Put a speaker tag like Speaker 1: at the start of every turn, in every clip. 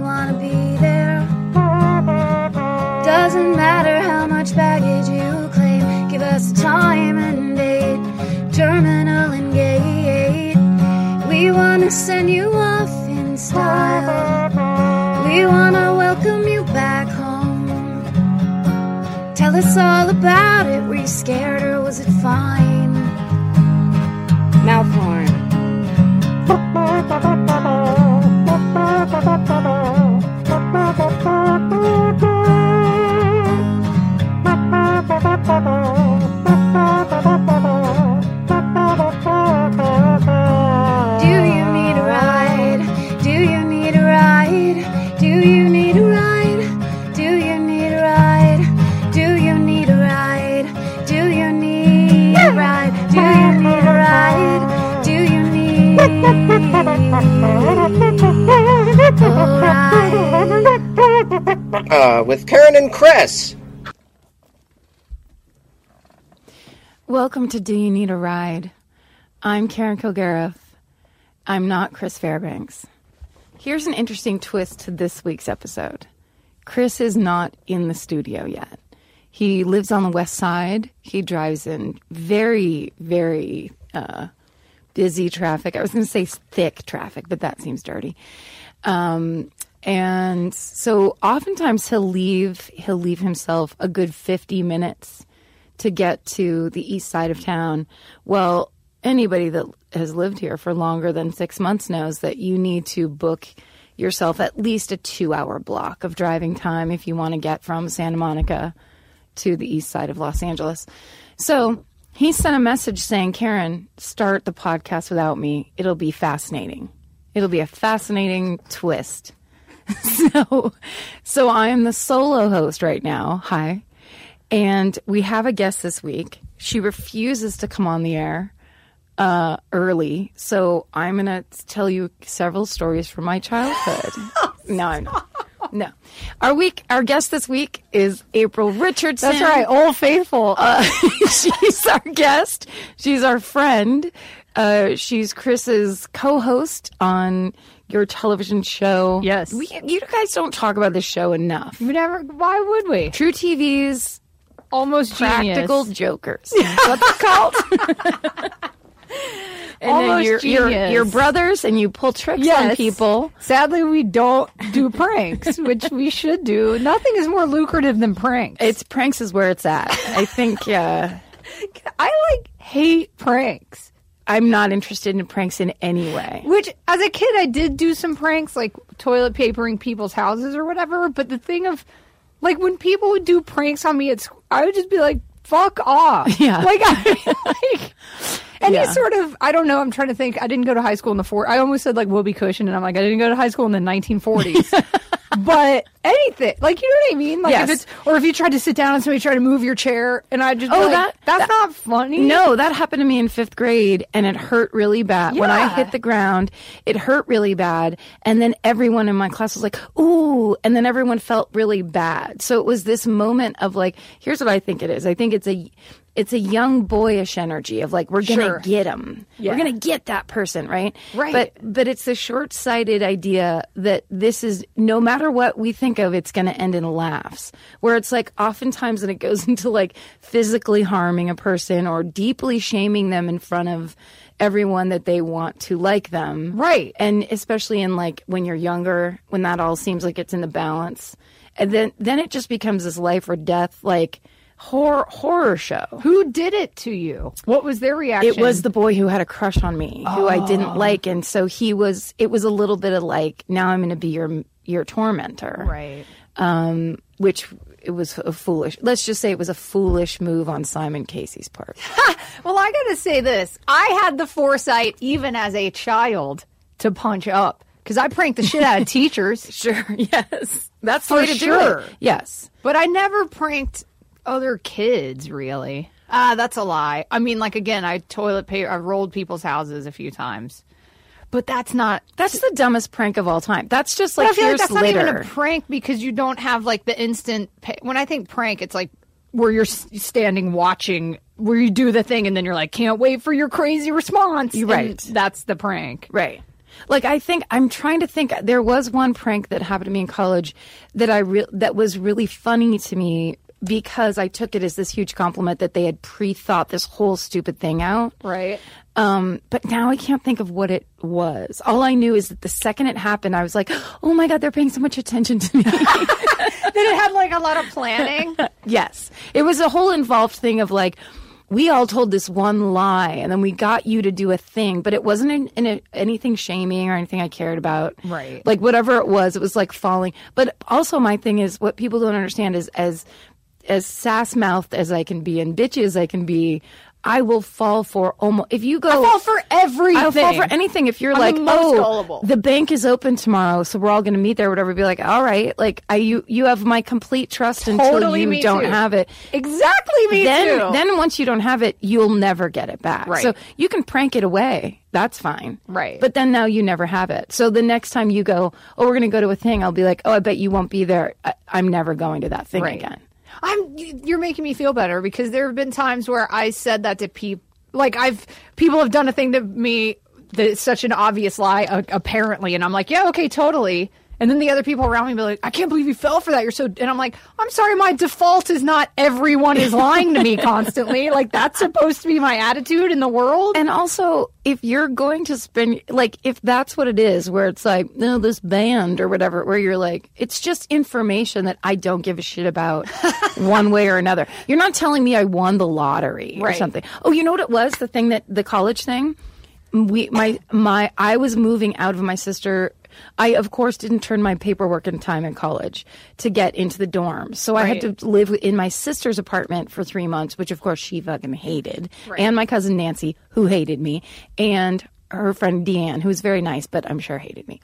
Speaker 1: want to be there. Doesn't matter how much baggage you claim, give us a time and date, terminal and gate. We want to send you off in style. We want to welcome you back home. Tell us all about it. Were you scared or was it fine? Mouth horn. Do you need a ride? Do you need a ride? Do you need a ride? Do you need a ride? Do you need a ride? Do you need a ride? Do you need a ride? Do you need a ride?
Speaker 2: Uh, with Karen and Chris.
Speaker 3: Welcome to Do You Need a Ride? I'm Karen Kilgariff. I'm not Chris Fairbanks. Here's an interesting twist to this week's episode Chris is not in the studio yet. He lives on the west side. He drives in very, very uh, busy traffic. I was going to say thick traffic, but that seems dirty. Um, and so oftentimes he'll leave he'll leave himself a good 50 minutes to get to the east side of town. Well, anybody that has lived here for longer than six months knows that you need to book yourself at least a two hour block of driving time if you want to get from Santa Monica to the east side of Los Angeles. So he sent a message saying, Karen, start the podcast without me. It'll be fascinating. It'll be a fascinating twist. so, so I am the solo host right now. Hi. And we have a guest this week. She refuses to come on the air uh, early. So I'm going to tell you several stories from my childhood.
Speaker 4: Oh,
Speaker 3: no, I'm not. No. Our week, our guest this week is April Richardson.
Speaker 4: That's right, Old Faithful.
Speaker 3: Uh, she's our guest. She's our friend. Uh, she's Chris's co-host on your television show.
Speaker 4: Yes.
Speaker 3: we, you guys don't talk about this show enough.
Speaker 4: we never. Why would we?
Speaker 3: True TV's
Speaker 4: Almost
Speaker 3: Practical
Speaker 4: genius.
Speaker 3: Jokers. What's it called? and
Speaker 4: Almost
Speaker 3: then you're, you're,
Speaker 4: genius.
Speaker 3: you're brothers, and you pull tricks on
Speaker 4: Yes.
Speaker 3: people.
Speaker 4: Sadly, we don't do pranks, which we should do. Nothing is more lucrative than pranks.
Speaker 3: It's pranks is where it's at. I think. Uh,
Speaker 4: I like hate pranks.
Speaker 3: I'm not interested in pranks in any way.
Speaker 4: Which, as a kid, I did do some pranks, like toilet papering people's houses or whatever. But the thing of, like, when people would do pranks on me at school, I would just be like, "Fuck off!"
Speaker 3: Yeah.
Speaker 4: Like, I, like any
Speaker 3: Yeah.
Speaker 4: sort of, I don't know. I'm trying to think. I didn't go to high school in the four. I almost said like Whoopi Cushion, and I'm like, I didn't go to high school in the 1940s. but anything, like, you know what I mean? Like,
Speaker 3: Yes.
Speaker 4: if it's or if you tried to sit down and somebody tried to move your chair, and I just, be
Speaker 3: Oh,
Speaker 4: like,
Speaker 3: that-
Speaker 4: that's not funny.
Speaker 3: No, that happened to me in fifth grade and it hurt really bad. When I
Speaker 4: Yeah.
Speaker 3: hit the ground, it hurt really bad. And then everyone in my class was like, ooh. And then everyone felt really bad. So it was this moment of like, here's what I think it is. I think it's a. It's a young boyish energy of like we're gonna
Speaker 4: Sure.
Speaker 3: get him,
Speaker 4: Yeah.
Speaker 3: we're gonna get that person, right?
Speaker 4: Right.
Speaker 3: But but it's the short-sighted idea that this is no matter what we think of it's going to end in laughs where it's like oftentimes and it goes into like physically harming a person or deeply shaming them in front of everyone that they want to like them
Speaker 4: Right.
Speaker 3: and especially in like when you're younger when that all seems like it's in the balance and then then it just becomes this life or death like horror horror show.
Speaker 4: Who did it to you? What was their reaction?
Speaker 3: It was the boy who had a crush on me, who I
Speaker 4: Oh.
Speaker 3: didn't like, and so he was. It was a little bit of like, now I'm going to be your your tormentor,
Speaker 4: Right.
Speaker 3: Um, which it was a foolish. Let's just say it was a foolish move on Simon Casey's part.
Speaker 4: Well, I got to say this. I had the foresight, even as a child, to punch up because I pranked the shit out of teachers,
Speaker 3: sure, yes, that's
Speaker 4: For
Speaker 3: the way to
Speaker 4: sure.
Speaker 3: do it. Yes,
Speaker 4: but I never pranked other kids, really. Ah, that's a lie. I mean, like, again, I toilet paper, I rolled people's houses a few times, but that's not.
Speaker 3: that's the dumbest prank of all time. That's just
Speaker 4: But
Speaker 3: like
Speaker 4: I feel like
Speaker 3: here's
Speaker 4: that's not
Speaker 3: litter.
Speaker 4: even a prank because you don't have like the instant. Pay- when I think prank, it's like where you're s- standing watching, where you do the thing and then you're like, can't wait for your crazy response. And
Speaker 3: right.
Speaker 4: That's the prank.
Speaker 3: Right. Like I think I'm trying to think there was one prank that happened to me in college that I re- that was really funny to me because I took it as this huge compliment that they had pre-thought this whole stupid thing out.
Speaker 4: Right.
Speaker 3: Um, but now I can't think of what it was. All I knew is that the second it happened, I was like, "Oh my god, they're paying so much attention to me."
Speaker 4: Did it have like a lot of planning?
Speaker 3: Yes. It was a whole involved thing of like, we all told this one lie and then we got you to do a thing, but it wasn't in, in a, anything shaming or anything I cared about.
Speaker 4: Right.
Speaker 3: Like, whatever it was, it was like falling. But also, my thing is what people don't understand is as, as sass mouthed as I can be and bitchy as I can be, I will fall for almost. If you go.
Speaker 4: fall Oh, for
Speaker 3: I'll fall
Speaker 4: everything.
Speaker 3: for anything. If you're
Speaker 4: I'm the
Speaker 3: like,
Speaker 4: most
Speaker 3: oh,
Speaker 4: gullible."
Speaker 3: the bank is open tomorrow, so we're all going to meet there, whatever. Be like, all right, like I, you, you have my complete trust until
Speaker 4: Totally,
Speaker 3: you
Speaker 4: me
Speaker 3: don't
Speaker 4: too.
Speaker 3: have it.
Speaker 4: Exactly me
Speaker 3: then,
Speaker 4: too.
Speaker 3: then once you don't have it, you'll never get it back.
Speaker 4: Right.
Speaker 3: So you can prank it away. That's fine.
Speaker 4: Right.
Speaker 3: But then now you never have it. So the next time you go, oh, we're going to go to a thing, I'll be like, oh, I bet you won't be there. I- I'm never going to that thing
Speaker 4: Right.
Speaker 3: again.
Speaker 4: I'm. you- You're making me feel better because there have been times where I said that to people. Like I've people have done a thing to me that's such an obvious lie, uh, apparently, and I'm like, yeah, okay, totally. And then the other people around me be like, I can't believe you fell for that. You're so. And I'm like, I'm sorry. My default is not everyone is lying to me constantly. Like that's supposed to be my attitude in the world.
Speaker 3: And also, if you're going to spend, like, if that's what it is, where it's like, no, this band or whatever, where you're like, it's just information that I don't give a shit about one way or another. You're not telling me I won the lottery or
Speaker 4: Right.
Speaker 3: something. Oh, you know what it was? The thing that, the college thing? We, my, my, I was moving out of my sister. I, of course, didn't turn my paperwork in time in college to get into the dorm. So I had
Speaker 4: Right.
Speaker 3: to live in my sister's apartment for three months, which of course she fucking hated, and my cousin Nancy, who hated me, and her friend Deanne, who was very nice but I'm sure hated me.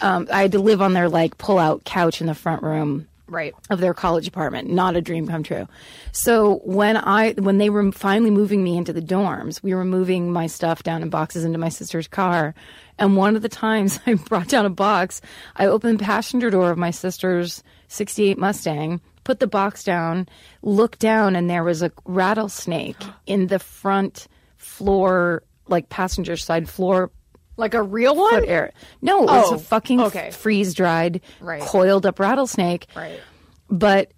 Speaker 3: Um, I had to live on their like pull-out couch in the front room,
Speaker 4: Right.
Speaker 3: of their college apartment. Not a dream come true. So when I when they were finally moving me into the dorms, we were moving my stuff down in boxes into my sister's car. And one of the times I brought down a box, I opened the passenger door of my sister's 68 Mustang, put the box down, looked down and there was a rattlesnake in the front floor like passenger side floor
Speaker 4: Like a real one.
Speaker 3: foot area. No, it was
Speaker 4: Oh,
Speaker 3: a fucking
Speaker 4: okay.
Speaker 3: freeze dried,
Speaker 4: Right.
Speaker 3: coiled up rattlesnake.
Speaker 4: Right.
Speaker 3: But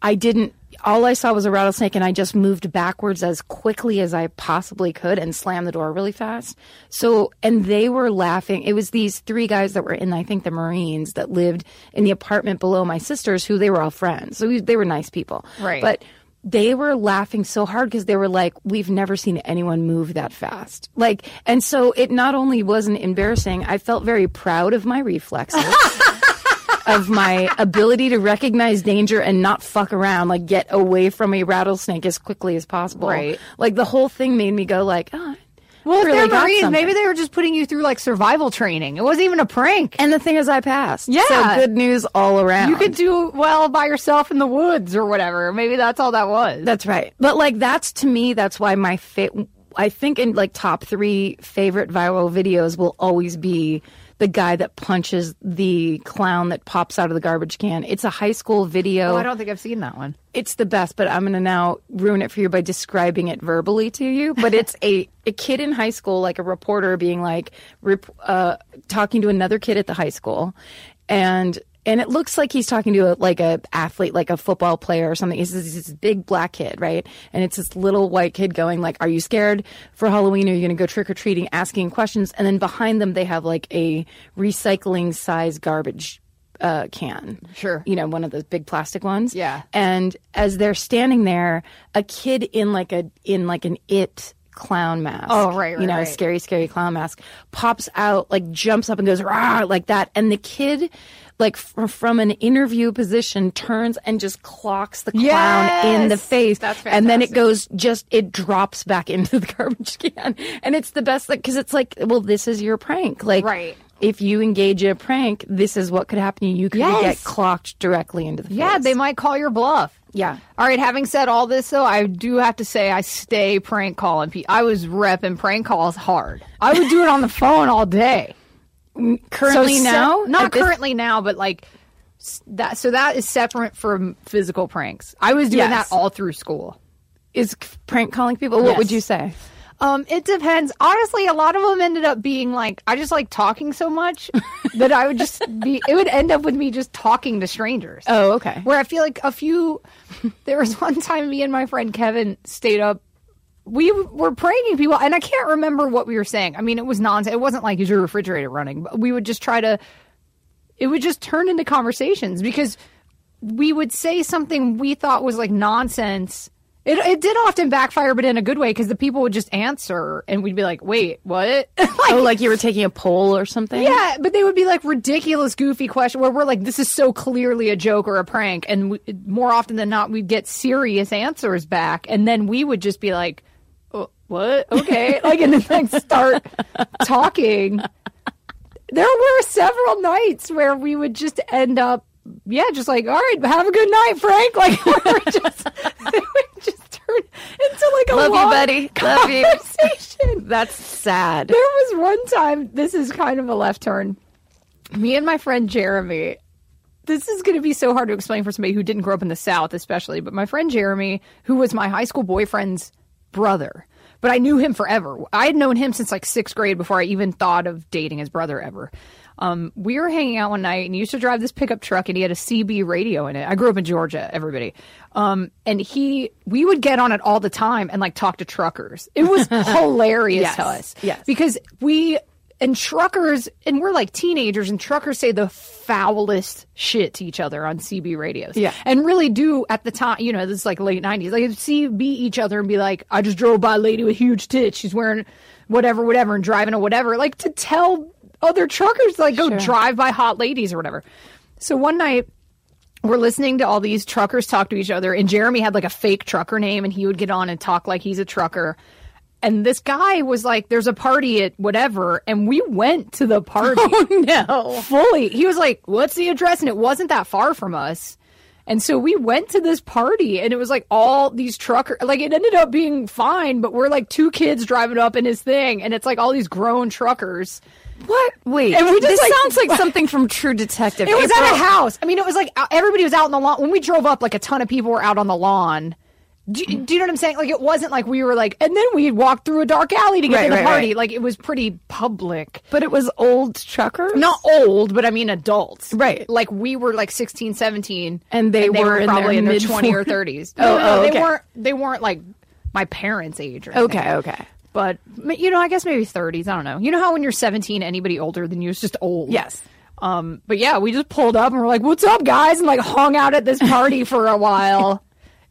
Speaker 3: I didn't. All I saw was a rattlesnake, and I just moved backwards as quickly as I possibly could and slammed the door really fast. So, and they were laughing. It was these three guys that were in, I think, the Marines that lived in the apartment below my sister's, who they were all friends. So we, they were nice people.
Speaker 4: Right.
Speaker 3: But they were laughing so hard because they were like, we've never seen anyone move that fast. Like, and so it not only wasn't embarrassing, I felt very proud of my reflexes. Of my ability to recognize danger and not fuck around, like get away from a rattlesnake as quickly as possible.
Speaker 4: Right.
Speaker 3: Like the whole thing made me go like, oh,
Speaker 4: Well, if
Speaker 3: really
Speaker 4: they're
Speaker 3: got
Speaker 4: Marines, maybe
Speaker 3: something.
Speaker 4: they were just putting you through like survival training. It wasn't even a prank.
Speaker 3: And the thing is, I passed.
Speaker 4: Yeah.
Speaker 3: So good news all around.
Speaker 4: You could do well by yourself in the woods or whatever. Maybe that's all that was.
Speaker 3: That's right. But like that's to me, that's why my fa- I think in like top three favorite viral videos will always be the guy that punches the clown that pops out of the garbage can. It's a high school video.
Speaker 4: oh, I don't think I've seen that one.
Speaker 3: it's the best, but I'm going to now ruin it for you by describing it verbally to you. But it's a, a kid in high school, like a reporter being like, rep, uh, talking to another kid at the high school. And, and it looks like he's talking to a, like a athlete, like a football player or something. He's this, this big black kid, right? And it's this little white kid going like, are you scared for Halloween? Are you going to go trick or treating? Asking questions. And then behind them, they have like a recycling size garbage uh, can.
Speaker 4: Sure.
Speaker 3: You know, one of those big plastic ones.
Speaker 4: Yeah.
Speaker 3: And as they're standing there, a kid in like a in like an it clown mask.
Speaker 4: Oh, right, right,
Speaker 3: You know, a
Speaker 4: right.
Speaker 3: scary, scary clown mask pops out, like jumps up and goes rah like that, and the kid. Like f- from an interview position, turns and just clocks the clown in the
Speaker 4: Yes!
Speaker 3: face,
Speaker 4: That's
Speaker 3: and then it
Speaker 4: fantastic.
Speaker 3: goes just it drops back into the garbage can, and it's the best like because it's like, well, this is your prank, like
Speaker 4: Right.
Speaker 3: if you engage in a prank, this is what could happen. to You You could
Speaker 4: Yes.
Speaker 3: get clocked directly into the face.
Speaker 4: Yeah, they might call your bluff.
Speaker 3: Yeah.
Speaker 4: All right. Having said all this, though, I do have to say I stay prank calling. pe- I was repping prank calls hard. I would do it on the phone all day.
Speaker 3: currently
Speaker 4: se-
Speaker 3: now
Speaker 4: not
Speaker 3: at this-
Speaker 4: currently now, but like s- that. So that is separate from physical pranks. I was doing
Speaker 3: Yes.
Speaker 4: that all through school.
Speaker 3: is c- prank calling people. What would
Speaker 4: Yes.
Speaker 3: you say?
Speaker 4: Um, it depends. Honestly, a lot of them ended up being like, I just like talking so much that I would just be, it would end up with me just talking to strangers.
Speaker 3: Oh, okay.
Speaker 4: Where I feel like a few, there was one time me and my friend Kevin stayed up. We were pranking people, and I can't remember what we were saying. I mean, it was nonsense. It wasn't like, is your refrigerator running? But we would just try to, it would just turn into conversations because we would say something we thought was like nonsense. It, it did often backfire, but in a good way because the people would just answer and we'd be like, wait, what? like,
Speaker 3: Oh, like you were taking a poll or something?
Speaker 4: yeah, but they would be like ridiculous, goofy question where we're like, this is so clearly a joke or a prank. And we, more often than not, we'd get serious answers back. And then we would just be like, "Oh, what? Okay. like, and then like start talking. There were several nights where we would just end up, yeah, just like, all right, have a good night, Frank. Like, we were just, it would just turn into like a
Speaker 3: Love you,
Speaker 4: long
Speaker 3: buddy. Love you.
Speaker 4: conversation.
Speaker 3: That's sad.
Speaker 4: There was one time, this is kind of a left turn. Me and my friend Jeremy, this is going to be so hard to explain for somebody who didn't grow up in the South, especially, but my friend Jeremy, who was my high school boyfriend's brother, but I knew him forever. I had known him since like sixth grade before I even thought of dating his brother ever. Um, we were hanging out one night and he used to drive this pickup truck and he had a CB radio in it. I grew up in Georgia, everybody. Um, and he, we would get on it all the time and like talk to truckers. It was hilarious
Speaker 3: Yes.
Speaker 4: to us.
Speaker 3: Yes.
Speaker 4: Because we and truckers and we're like teenagers and truckers say the foulest shit to each other on CB radios.
Speaker 3: Yeah.
Speaker 4: And really do at the time, you know, this is like late 90s. Like CB each other and be like, I just drove by a lady with huge tits. She's wearing whatever, whatever, and driving a whatever. Like to tell other truckers, like go drive by hot ladies or whatever. So one night, we're listening to all these truckers talk to each other and jeremy had like a fake trucker name and he would get on and talk like he's a trucker and this guy was like there's a party at whatever and we went to the party
Speaker 3: Oh, no.
Speaker 4: fully he was like what's the address and it wasn't that far from us and so we went to this party and it was like all these trucker like it ended up being fine but we're like two kids driving up in his thing and it's like all these grown truckers
Speaker 3: What? Wait.
Speaker 4: And we just,
Speaker 3: this
Speaker 4: like-
Speaker 3: sounds like something from True Detective.
Speaker 4: it was
Speaker 3: April.
Speaker 4: at a house. I mean, it was like out- everybody was out on the lawn. When we drove up, like a ton of people were out on the lawn. Do, you- do you know what I'm saying? Like it wasn't like we were like, and then we walked through a dark alley to get
Speaker 3: Right,
Speaker 4: to the
Speaker 3: right,
Speaker 4: party.
Speaker 3: right.
Speaker 4: Like it was pretty public.
Speaker 3: But it was old trucker.
Speaker 4: Not old, but I mean adults.
Speaker 3: Right.
Speaker 4: Like we were like 16, 17.
Speaker 3: And they were in
Speaker 4: probably
Speaker 3: their
Speaker 4: in their
Speaker 3: mid-
Speaker 4: 20 or 30s.
Speaker 3: Oh, oh,
Speaker 4: they
Speaker 3: okay.
Speaker 4: weren't they weren't like my parents' age or anything.
Speaker 3: Okay. Okay.
Speaker 4: But you know, I guess maybe 30s, I don't know. You know how when you're 17 anybody older than you is just old.
Speaker 3: Yes.
Speaker 4: Um, but yeah, we just pulled up and we're like, "What's up, guys?" and like hung out at this party for a while.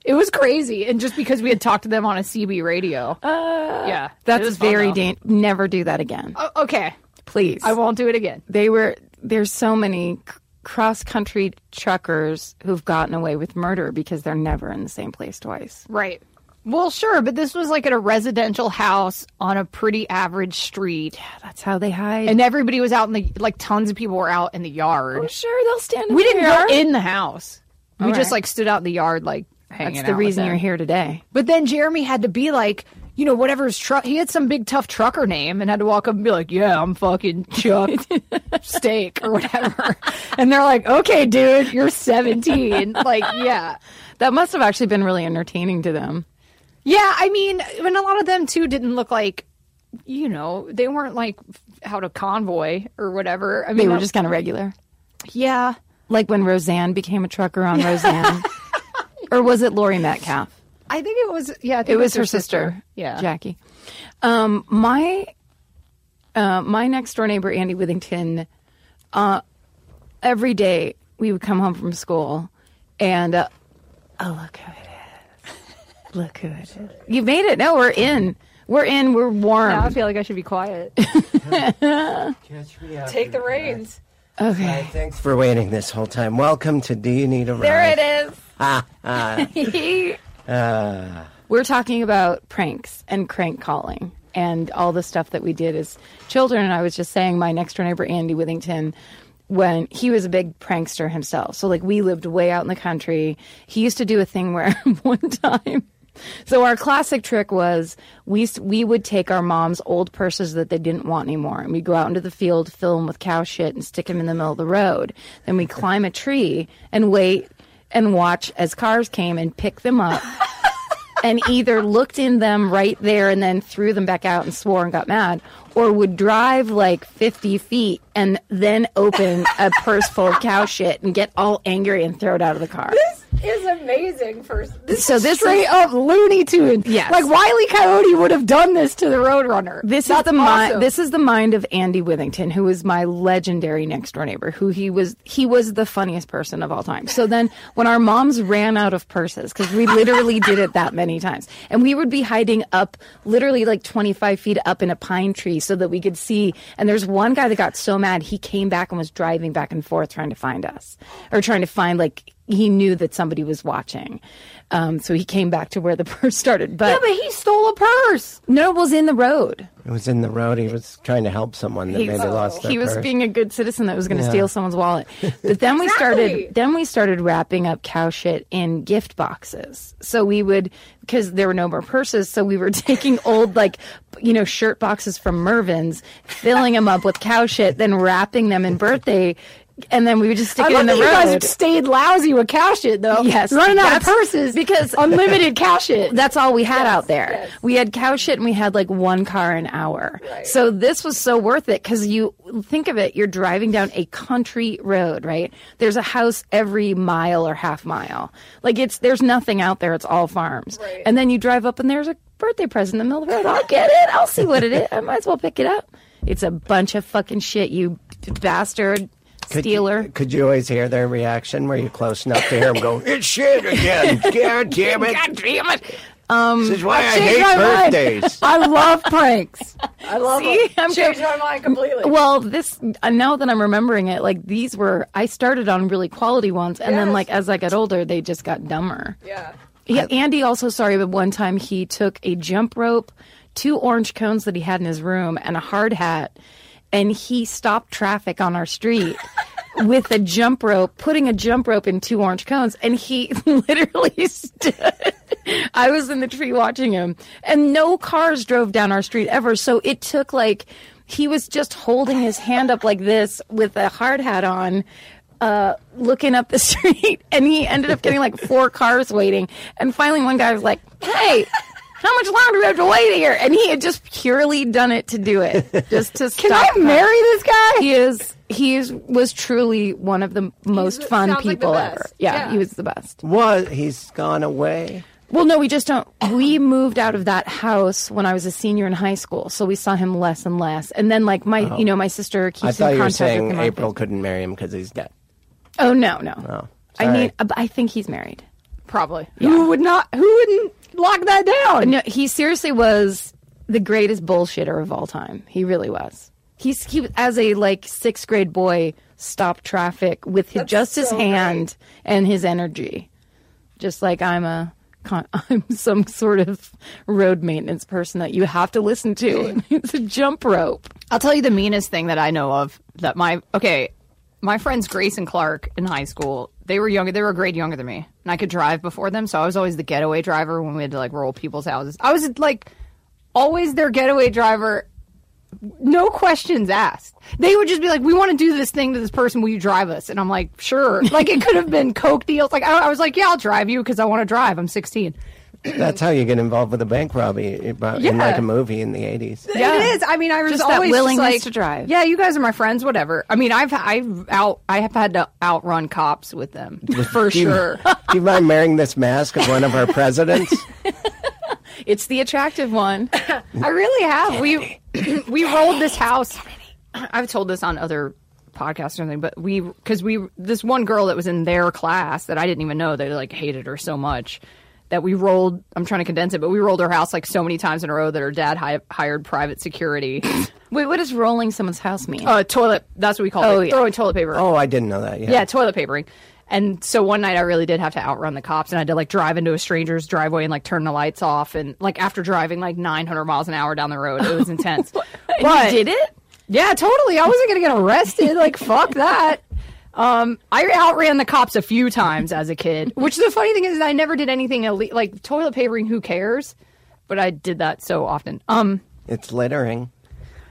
Speaker 4: it was crazy, and just because we had talked to them on a CB radio. yeah, Uh, It
Speaker 3: That's
Speaker 4: was fun,
Speaker 3: very
Speaker 4: though.
Speaker 3: dan- Never do that again,
Speaker 4: O- okay,
Speaker 3: Uh, please.
Speaker 4: I won't do it again.
Speaker 3: they were there's so many c- cross-country truckers who've gotten away with murder because they're never in the same place twice
Speaker 4: Right. Well, sure, but this was like at a residential house on a pretty average street,
Speaker 3: that's how they hide
Speaker 4: and everybody was out in the like tons of people were out in the yard.
Speaker 3: I'm sure they'll stand in
Speaker 4: we
Speaker 3: the
Speaker 4: didn't
Speaker 3: yard.
Speaker 4: go in the house. we
Speaker 3: All
Speaker 4: just
Speaker 3: right.
Speaker 4: like stood out in the yard, like hanging
Speaker 3: that's
Speaker 4: out
Speaker 3: the
Speaker 4: with
Speaker 3: reason
Speaker 4: them.
Speaker 3: you're here today
Speaker 4: But then Jeremy had to be like, you know, whatever his truck. He had some big tough trucker name and had to walk up and be like, "Yeah, I'm fucking Chuck Steak or whatever." And they're like, "Okay, dude, you're 17." Like, yeah,
Speaker 3: that must have actually been really entertaining to them
Speaker 4: yeah. I mean, and a lot of them too didn't look like, you know, they weren't like out of convoy or whatever. I mean,
Speaker 3: they were
Speaker 4: that-
Speaker 3: just kind of regular
Speaker 4: yeah.
Speaker 3: like when roseanne became a trucker on roseanne or was it lori metcalf
Speaker 4: I think it was yeah. I think
Speaker 3: it was her sister,
Speaker 4: Yeah.
Speaker 3: jackie um, my uh, my next door neighbor andy withington every day we would come home from school and uh, oh look who it is look who it is you made it no we're in we're in we're warm
Speaker 4: Now I feel like I should be quiet.
Speaker 2: Catch me out.
Speaker 5: Take the reins.
Speaker 2: Hi,
Speaker 3: okay
Speaker 2: thanks for waiting this whole time. Welcome to Do You Need a Ride?
Speaker 3: there
Speaker 2: Ah, ah,
Speaker 3: it is
Speaker 2: ah.
Speaker 3: we're talking about pranks and crank calling and all the stuff that we did as children. And I was just saying, my next door neighbor, Andy Withington, when he was a big prankster himself. So, like, we lived way out in the country. He used to do a thing where one time, so our classic trick was we s- we would take our mom's old purses that they didn't want anymore, and we'd go out into the field, fill them with cow shit, and stick them in the middle of the road. Then we'd climb a tree and wait and watch as cars came and pick them up and either looked in them right there and then threw them back out and swore and got mad, or would drive like 50 feet and then open a purse full of cow shit and get all angry and throw it out of the car.
Speaker 5: This is amazing. First, this
Speaker 3: so this
Speaker 4: Straight
Speaker 3: is,
Speaker 4: up Looney Tunes.
Speaker 3: Yes.
Speaker 4: Like Wiley Coyote would have done this to the Roadrunner.
Speaker 3: this is
Speaker 4: That's
Speaker 3: the
Speaker 4: awesome.
Speaker 3: mind. This is the mind of Andy Withington, who was my legendary next door neighbor. Who he was, he was the funniest person of all time. So then, when our moms ran out of purses, because we literally did it that many times, and we would be hiding up, literally like twenty five feet up in a pine tree, so that we could see. And there's one guy that got so mad, he came back and was driving back and forth trying to find us, or trying to find like he knew that somebody was watching. Um, so he came back to where the purse started, but,
Speaker 4: Yeah, but he stole a purse.
Speaker 3: no, it was in the road.
Speaker 2: It was in the road. He was trying to help someone that
Speaker 3: He-
Speaker 2: maybe lost their
Speaker 3: he was
Speaker 2: purse.
Speaker 3: being a good citizen that was going to
Speaker 2: Yeah.
Speaker 3: steal someone's wallet. But then we
Speaker 5: Exactly.
Speaker 3: started then we started wrapping up cow shit in gift boxes. So we would because there were no more purses, so we were taking old like you know shirt boxes from Mervin's, filling them up with cow shit, then wrapping them in birthday, and then we would just stick
Speaker 4: I
Speaker 3: it
Speaker 4: love
Speaker 3: in the
Speaker 4: that you
Speaker 3: road.
Speaker 4: guys stayed lousy with cow shit, though.
Speaker 3: Yes,
Speaker 4: Running out of
Speaker 3: that's-
Speaker 4: purses
Speaker 3: because-
Speaker 4: unlimited cow shit.
Speaker 3: That's all we had out there. We had cow shit and we had like one car an hour. So this was so worth it because you think of it, you're driving down a country road, right? There's a house every mile or half mile. Like it's, there's nothing out there. It's all farms. And then you drive up and there's a birthday present in the middle of the road. I'll get it. I'll see what it is. I might as well pick it up. It's a bunch of fucking shit, you bastard stealer.
Speaker 2: Could you, could you always hear their reaction? Were you close enough to hear them go, "It's shit again! God damn it!
Speaker 3: God damn it. Um,
Speaker 2: this is why I, hate
Speaker 4: my mind.
Speaker 2: birthdays."
Speaker 4: I love pranks.
Speaker 5: I love
Speaker 3: See?
Speaker 5: it.
Speaker 3: I'm
Speaker 5: Changed my mind completely.
Speaker 3: Well, this uh, now that I'm remembering it, like these were I started on really quality ones, and then
Speaker 5: Yes.
Speaker 3: like as I got older, they just got dumber.
Speaker 5: yeah.
Speaker 3: Yeah, Andy also sorry, but one time he took a jump rope, two orange cones that he had in his room, and a hard hat, and he stopped traffic on our street. With a jump rope, putting a jump rope in two orange cones, and he literally stood. I was in the tree watching him, and no cars drove down our street ever. So it took like he was just holding his hand up like this with a hard hat on, uh, looking up the street, and he ended up getting like four cars waiting. And finally, one guy was like, "Hey, how much longer do we have to wait here?" And he had just purely done it to do it, just to
Speaker 4: Can
Speaker 3: stop.
Speaker 4: I marry this guy?
Speaker 3: He is. He is, was truly one of the most fun
Speaker 5: sounds like the
Speaker 3: people ever.
Speaker 5: best.
Speaker 3: Yeah,
Speaker 5: Yeah.
Speaker 3: he was the best.
Speaker 2: Was he's gone away?
Speaker 3: Well, no, we just don't. We moved out of that house when I was a senior in high school, so we saw him less and less. And then, like my, you know, my sister keeps
Speaker 2: Oh. I
Speaker 3: in contact
Speaker 2: thought you were saying
Speaker 3: with him. on
Speaker 2: April
Speaker 3: Facebook.
Speaker 2: couldn't marry him because he's dead.
Speaker 3: Oh no, no.
Speaker 2: Oh,
Speaker 3: I
Speaker 2: sorry.
Speaker 3: mean, uh, I think he's married.
Speaker 4: Probably. Who would not? Who wouldn't lock that down?
Speaker 3: No, he seriously was the greatest bullshitter of all time. He really was. He's he as a like sixth grade boy stopped traffic with his, just his
Speaker 5: so
Speaker 3: hand and his energy, just like I'm a con- I'm some sort of road maintenance person that you have to listen to. it's a jump rope.
Speaker 4: I'll tell you the meanest thing that I know of that my okay, my friends Grace and Clark in high school, they were younger, they were a grade younger than me, and I could drive before them, so I was always the getaway driver when we had to like roll people's houses. I was like always their getaway driver. No questions asked. They would just be like, "We want to do this thing to this person. Will you drive us?" And I'm like, "Sure." Like it could have been coke deals. Like I, I was like, "Yeah, I'll drive you because I want to drive. I'm 16."
Speaker 2: That's how you get involved with a bank robbery about, in like
Speaker 4: Yeah.
Speaker 2: a movie in the eighties.
Speaker 4: It is. I mean, I was
Speaker 3: Just that
Speaker 4: always
Speaker 3: willingness
Speaker 4: just like,
Speaker 3: to drive.
Speaker 4: Yeah, you guys are my friends. Whatever. I mean, I've I've out I have had to outrun cops with them for sure.
Speaker 2: Do you mind wearing this mask of one of our presidents?
Speaker 3: It's the attractive one.
Speaker 4: I really have. We we rolled this house. I've told this on other podcast or anything, but we because we this one girl that was in their class that I didn't even know they like hated her so much that we rolled. I'm trying to condense it, but we rolled her house like so many times in a row that her dad hi- hired private security.
Speaker 3: Wait, what does rolling someone's house mean?
Speaker 4: uh, toilet. That's what we call
Speaker 3: Oh,
Speaker 4: it.
Speaker 3: yeah.
Speaker 4: Throwing toilet paper.
Speaker 2: Oh, I didn't know that. Yeah.
Speaker 4: Yeah, toilet papering. And so one night I really did have to outrun the cops and I had to like drive into a stranger's driveway and like turn the lights off and like after driving like 900 miles an hour down the road, it was intense. but
Speaker 3: you did it?
Speaker 4: Yeah, totally. I wasn't going to get arrested. Like fuck that. Um, I outran the cops a few times as a kid, which the funny thing is I never did anything illegal like toilet papering who cares, but I did that so often. Um
Speaker 2: It's littering.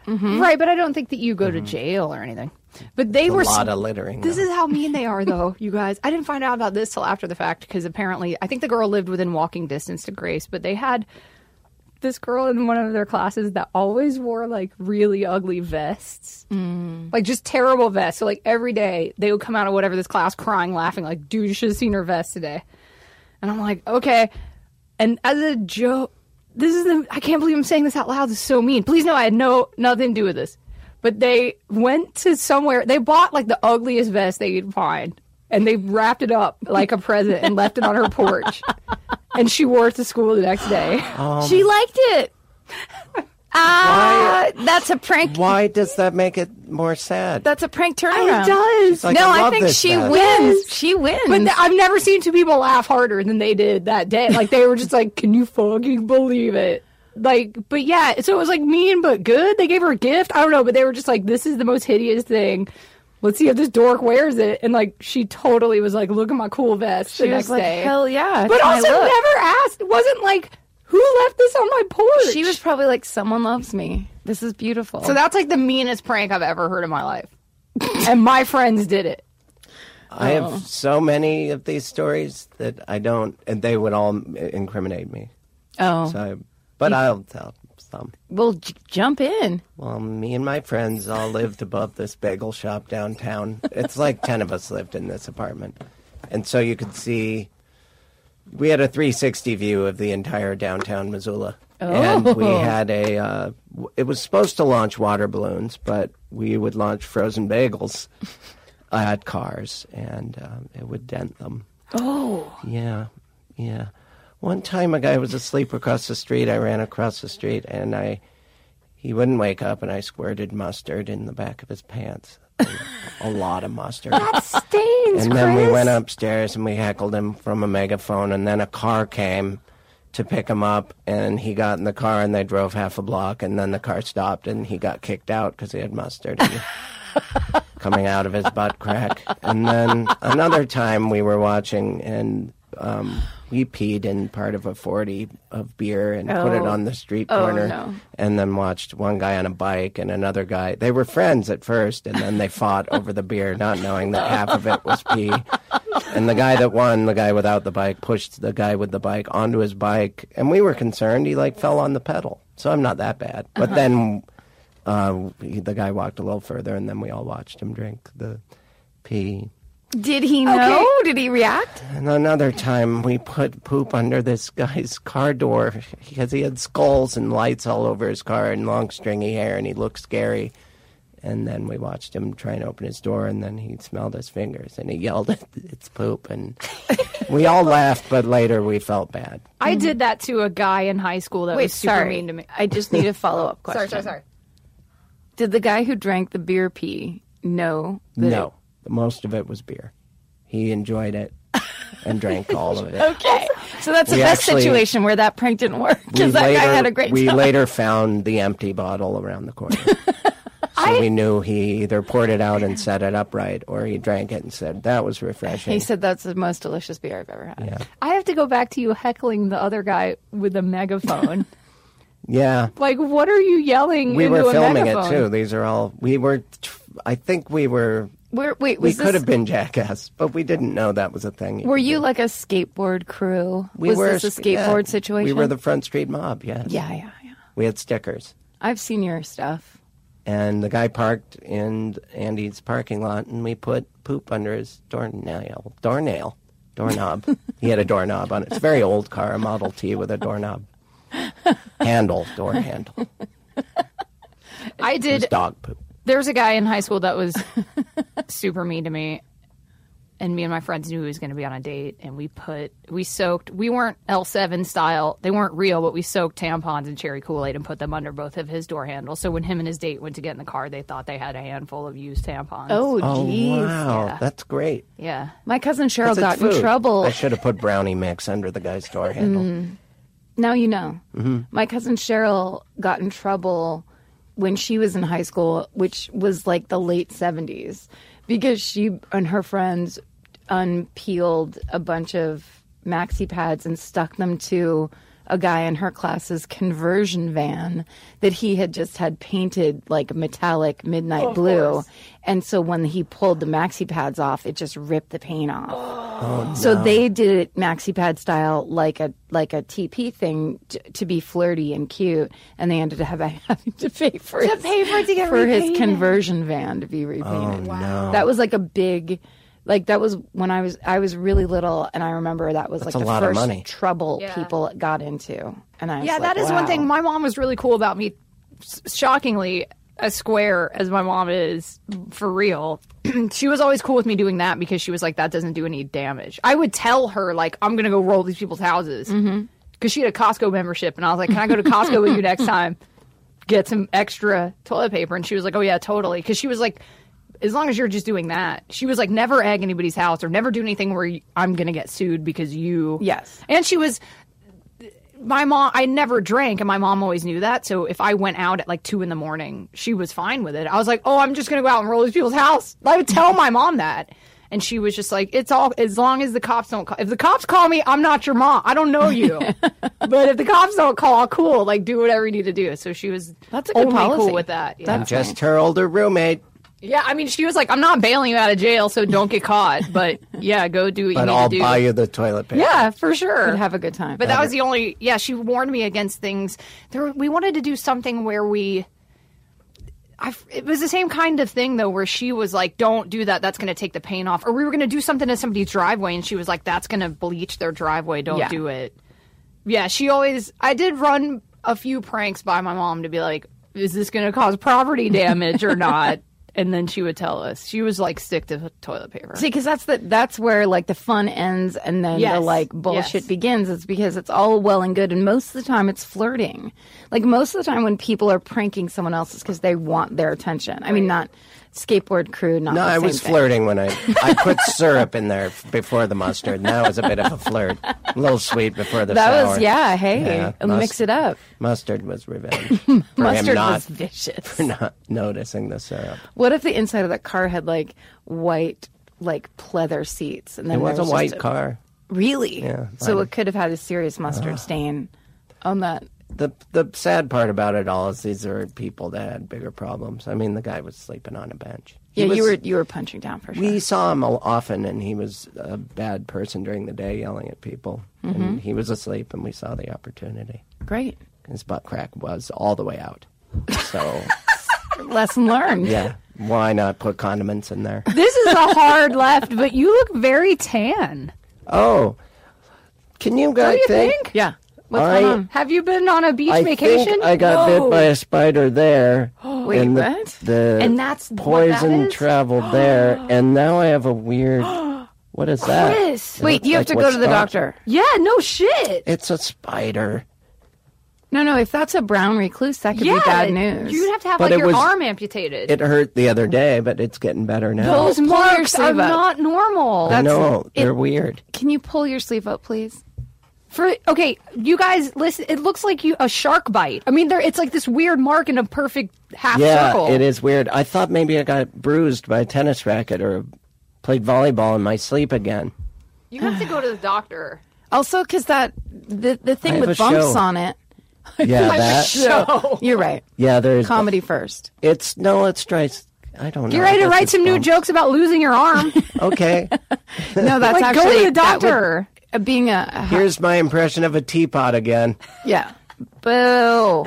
Speaker 4: right, but I don't think that you go to jail or anything. But they
Speaker 2: A
Speaker 4: were
Speaker 2: lot
Speaker 4: s-
Speaker 2: of littering.
Speaker 4: this
Speaker 2: though.
Speaker 4: is how mean they are, though, you guys. I didn't find out about this till after the fact because apparently, I think the girl lived within walking distance to Grace, but they had this girl in one of their classes that always wore like really ugly vests, like just terrible vests. So like every day they would come out of whatever this class crying, laughing, like, "Dude, you should have seen her vest today." And I'm like, okay. And as a joke, this is the, I can't believe I'm saying this out loud. This is so mean. Please no, I had no nothing to do with this. But they went to somewhere. They bought like the ugliest vest they could find, and they wrapped it up like a present and left it on her porch. And she wore it to school the next day.
Speaker 3: she liked it. Ah, that's a prank.
Speaker 2: Why does that make it more sad?
Speaker 3: That's a prank turnaround.
Speaker 4: it does.
Speaker 2: like,
Speaker 3: no,
Speaker 2: I
Speaker 3: I,
Speaker 2: love
Speaker 3: think
Speaker 2: this
Speaker 3: she
Speaker 2: guy.
Speaker 3: wins. She wins.
Speaker 4: But th- I've never seen two people laugh harder than they did that day. Like they were just like, "Can you fucking believe it?" Like, but yeah, so it was like mean but good. They gave her a gift. I don't know, but they were just like, "This is the most hideous thing." Let's see if this dork wears it. And like, she totally was like, "Look at my cool vest." the
Speaker 3: she was
Speaker 4: next
Speaker 3: like,
Speaker 4: day.
Speaker 3: hell yeah.
Speaker 4: But
Speaker 3: it's my
Speaker 4: also
Speaker 3: look.
Speaker 4: never asked. It wasn't like, "Who left this on my porch?"
Speaker 3: She was probably like, someone loves me. This is beautiful.
Speaker 4: So that's like the meanest prank I've ever heard in my life. and my friends did it.
Speaker 2: I have so many of these stories that I don't, and they would all m- incriminate me.
Speaker 3: oh,
Speaker 2: So, but I'll tell some.
Speaker 3: well, j- jump in.
Speaker 2: Well, Um, me and my friends all lived above this bagel shop downtown. It's like 10 of us lived in this apartment. And so you could see, we had a 360 view of the entire downtown Missoula. And we had a, uh, w- it was supposed to launch water balloons, but we would launch frozen bagels at cars and um, it would dent them. Oh. Yeah. Yeah. One time a guy was asleep across the street. I ran across the street and I, he wouldn't wake up, and I squirted mustard in the back of his pants. a lot of mustard.
Speaker 4: Stains.
Speaker 2: and then we went upstairs and we heckled him from a megaphone, and then a car came to pick him up, and he got in the car and they drove half a block, and then the car stopped and he got kicked out because he had mustard. in- coming out of his butt crack. And then another time we were watching and um, we peed in part of a 40 of beer and put it on the street corner.
Speaker 3: no.
Speaker 2: And then watched one guy on a bike and another guy. They were friends at first and then they fought over the beer, not knowing that half of it was pee. And the guy that won, the guy without the bike, pushed the guy with the bike onto his bike. And we were concerned. He like fell on the pedal. So I'm not that bad. But then uh, he- the guy walked a little further, and then we all watched him drink the pee.
Speaker 3: Did he know? Did he react?
Speaker 2: And another time, we put poop under this guy's car door because he had skulls and lights all over his car and long stringy hair, and he looked scary. And then we watched him try and open his door, and then he smelled his fingers and he yelled, "It's poop!" And we all laughed, but later we felt bad.
Speaker 4: I did that to a guy in high school that
Speaker 3: Wait,
Speaker 4: was super
Speaker 3: sorry.
Speaker 4: mean to me.
Speaker 3: I just need a follow up question.
Speaker 4: Sorry, sorry, sorry.
Speaker 3: Did the guy who drank the beer pee know? That
Speaker 2: no, most of it was beer. He enjoyed it and drank all of it.
Speaker 3: Okay. So that's
Speaker 2: We
Speaker 3: the best
Speaker 2: actually-
Speaker 3: situation where that prank didn't work
Speaker 2: We
Speaker 3: because that guy
Speaker 2: later-
Speaker 3: had a great
Speaker 2: We
Speaker 3: time.
Speaker 2: later found the empty bottle around the corner. so we knew he either poured it out and set it up right, or he drank it and said, that was refreshing.
Speaker 3: He said that's the most delicious beer I've ever had.
Speaker 4: I have to go back to you heckling the other guy with a megaphone.
Speaker 2: yeah.
Speaker 4: like, what are you yelling?
Speaker 2: We
Speaker 4: into
Speaker 2: were
Speaker 4: a
Speaker 2: filming it
Speaker 4: megaphone?
Speaker 2: too. These are all, we were, I think we were,
Speaker 3: Where, wait,
Speaker 2: we
Speaker 3: was
Speaker 2: could
Speaker 3: this,
Speaker 2: have been jackass, but we didn't know that was a thing.
Speaker 3: were you like a skateboard crew?
Speaker 2: we
Speaker 3: was
Speaker 2: were
Speaker 3: this a
Speaker 2: yeah,
Speaker 3: skateboard situation?
Speaker 2: We were the front street mob, yes.
Speaker 3: yeah, yeah, yeah.
Speaker 2: We had stickers.
Speaker 3: I've seen your stuff.
Speaker 2: And the guy parked in Andy's parking lot, and we put poop under his doornail. Doornail. Doorknob. he had a doorknob on it. It's a very old car, a Model T with a doorknob. Handle, door handle. It
Speaker 4: I
Speaker 2: was
Speaker 4: did.
Speaker 2: dog poop.
Speaker 4: There's a guy in high school that was super mean to me. And me and my friends knew he was going to be on a date. And we put, we soaked, we weren't L7 style. They weren't real, but we soaked tampons in cherry Kool Aid and put them under both of his door handles. So when him and his date went to get in the car, they thought they had a handful of used tampons.
Speaker 3: Oh,
Speaker 2: Oh
Speaker 3: jeez.
Speaker 2: wow, that's great.
Speaker 4: yeah.
Speaker 3: My cousin Cheryl
Speaker 2: It's
Speaker 3: got
Speaker 2: food.
Speaker 3: in trouble. Mm,
Speaker 2: I should have put brownie mix under the guy's door handle.
Speaker 3: Now you know. My cousin Cheryl got in trouble when she was in high school, which was like the late 70s, because she and her friends unpeeled a bunch of maxi pads and stuck them to a guy in her class's conversion van that he had just had painted like metallic midnight blue. And so when he pulled the maxi pads off, it just ripped the paint off. So they did it maxi pad style, like a like a TP thing t- to be flirty and cute, and they ended up having, having to pay for to his,
Speaker 5: pay for it to get
Speaker 3: for his
Speaker 5: repainted.
Speaker 3: conversion van to be repainted.
Speaker 2: Wow. Oh, no.
Speaker 3: That was like a big, like that was when I was I was really little, and I remember that was
Speaker 2: That's
Speaker 3: like the
Speaker 2: a lot of
Speaker 3: first
Speaker 2: money.
Speaker 3: trouble
Speaker 4: Yeah.
Speaker 3: people got into, and I was
Speaker 4: Yeah,
Speaker 3: like,
Speaker 4: that is one
Speaker 3: wow.
Speaker 4: thing. My mom was really cool about me. S- Shockingly, as square as my mom is, for real, she was always cool with me doing that because she was like, "That doesn't do any damage." I would tell her like, "I'm gonna go roll these people's houses," because
Speaker 3: Mm-hmm.
Speaker 4: she had a Costco membership, and I was like, "Can I go to Costco with you next time? Get some extra toilet paper?" And she was like, "Oh yeah, totally," because she was like. As long as you're just doing that, she was like, never egg anybody's house or never do anything where y- I'm going to get sued because you.
Speaker 3: Yes.
Speaker 4: And she was my mom i never drank and my mom always knew that so if i went out at like two in the morning she was fine with it i was like oh i'm just gonna go out and roll these people's house i would tell my mom that and she was just like it's all as long as the cops don't call if the cops call me i'm not your mom i don't know you but if the cops don't call cool like do whatever you need to do so she was
Speaker 3: That's a good
Speaker 4: only
Speaker 3: policy.
Speaker 4: cool with that yeah.
Speaker 3: That's
Speaker 2: Just her older roommate,
Speaker 4: yeah i mean she was like i'm not bailing you out of jail so don't get caught but yeah go do what you
Speaker 2: but
Speaker 4: need
Speaker 2: I'll
Speaker 4: to do
Speaker 2: buy you the toilet paper.
Speaker 4: yeah for sure
Speaker 3: Could have a good time.
Speaker 4: but that was the only. Yeah, she warned me against things. There, we wanted to do something where we. I, f- it was the same kind of thing though, where she was like, "Don't do that. That's going to take the paint off." Or we were going to do something to somebody's driveway, and she was like, "That's going to bleach their driveway. Don't
Speaker 3: Yeah.
Speaker 4: do it." Yeah, she always. I did run a few pranks by my mom to be like, "Is this going to cause property damage or not?" And then she would tell us. She was like, "Stick to toilet paper."
Speaker 3: See, because that's the that's where like the fun ends and then the
Speaker 4: Yes.
Speaker 3: like bullshit
Speaker 4: Yes.
Speaker 3: begins. It's because it's all well and good, and most of the time it's flirting. Like most of the time when people are pranking someone else, it's because they want their attention. I mean, not skateboard crew. Not
Speaker 2: No,
Speaker 3: the
Speaker 2: I
Speaker 3: same
Speaker 2: was
Speaker 3: thing.
Speaker 2: flirting when I I put syrup in there f- before the mustard, and that was a bit of a flirt. A little sweet before the
Speaker 3: That
Speaker 2: sour.
Speaker 3: was yeah. Hey,
Speaker 2: Yeah,
Speaker 3: uh, mix
Speaker 2: must-
Speaker 3: it up.
Speaker 2: Mustard was revenge for him
Speaker 3: Mustard
Speaker 2: not
Speaker 3: was vicious.
Speaker 2: not noticing the syrup.
Speaker 3: What if the inside of that car had like white like pleather seats? And then
Speaker 2: It was
Speaker 3: there
Speaker 2: a
Speaker 3: just
Speaker 2: white car.
Speaker 3: Really?
Speaker 2: Yeah,
Speaker 3: So
Speaker 2: mine-
Speaker 3: it could have had a serious mustard stain on that.
Speaker 2: The the sad part about it all is these are people that had bigger problems. I mean, the guy was sleeping on a bench. He
Speaker 3: Yeah, you
Speaker 2: was-
Speaker 3: were you were punching down for sure.
Speaker 2: We saw him o- often, and he was a bad person during the day, yelling at people.
Speaker 3: Mm-hmm.
Speaker 2: And he was asleep, and we saw the opportunity.
Speaker 3: Great.
Speaker 2: His butt crack was all the way out. So
Speaker 3: Lesson learned.
Speaker 2: yeah, why not put condiments in there?
Speaker 4: this is a hard left, but you look very tan.
Speaker 2: Oh, can you guys
Speaker 4: you
Speaker 2: think?
Speaker 4: think?
Speaker 3: Yeah. What's
Speaker 2: I-
Speaker 3: going on?
Speaker 4: Have you been on a beach
Speaker 2: I
Speaker 4: vacation?
Speaker 2: think I got bit by a spider there.
Speaker 3: Wait,
Speaker 2: and the,
Speaker 3: what?
Speaker 2: The
Speaker 4: And that's what that
Speaker 2: poison
Speaker 4: is?
Speaker 2: traveled there, and now I have a weird. What is that?
Speaker 4: Chris!
Speaker 2: It
Speaker 3: Wait,
Speaker 2: looks
Speaker 3: you have
Speaker 2: Oh, like
Speaker 3: to
Speaker 2: what's
Speaker 3: go to the
Speaker 2: that?
Speaker 3: doctor.
Speaker 4: yeah, no shit.
Speaker 2: It's a spider.
Speaker 3: No, no, if that's a brown recluse, that could
Speaker 4: yeah,
Speaker 3: be bad news.
Speaker 4: You'd have to have
Speaker 2: But
Speaker 4: like
Speaker 2: it
Speaker 4: your
Speaker 2: was-
Speaker 4: arm amputated.
Speaker 2: It hurt the other day, but it's getting better now.
Speaker 3: Those
Speaker 4: Those
Speaker 3: pull your
Speaker 4: marks are
Speaker 3: sleeve up.
Speaker 4: not normal.
Speaker 2: I know they're
Speaker 3: it-
Speaker 2: weird.
Speaker 3: Can you pull your sleeve up, please?
Speaker 4: For okay, you guys, listen. It looks like you a shark bite. I mean, there it's like this weird mark in a perfect half
Speaker 2: Yeah,
Speaker 4: circle.
Speaker 2: it is weird. I thought maybe I got bruised by a tennis racket or played volleyball in my sleep again.
Speaker 4: You have to go to the doctor.
Speaker 3: Also, because that the the
Speaker 2: I
Speaker 3: thing
Speaker 2: have
Speaker 3: with
Speaker 2: a
Speaker 3: bumps
Speaker 2: show.
Speaker 3: on it.
Speaker 2: Yeah, that.
Speaker 4: So
Speaker 3: You're right.
Speaker 2: Yeah, there's
Speaker 3: Comedy first.
Speaker 2: It's no, it's dry. I don't know.
Speaker 4: you're
Speaker 2: I
Speaker 4: ready to
Speaker 2: guess
Speaker 4: write
Speaker 2: it's
Speaker 4: some new
Speaker 2: bumps.
Speaker 4: jokes about losing your arm.
Speaker 2: Okay,
Speaker 3: No, that's
Speaker 4: Like, go
Speaker 3: actually
Speaker 4: to the
Speaker 3: that would-
Speaker 4: doctor.
Speaker 3: uh, being a- a hot-
Speaker 2: here's my impression of a teapot again.
Speaker 3: yeah. Boo.
Speaker 2: Well,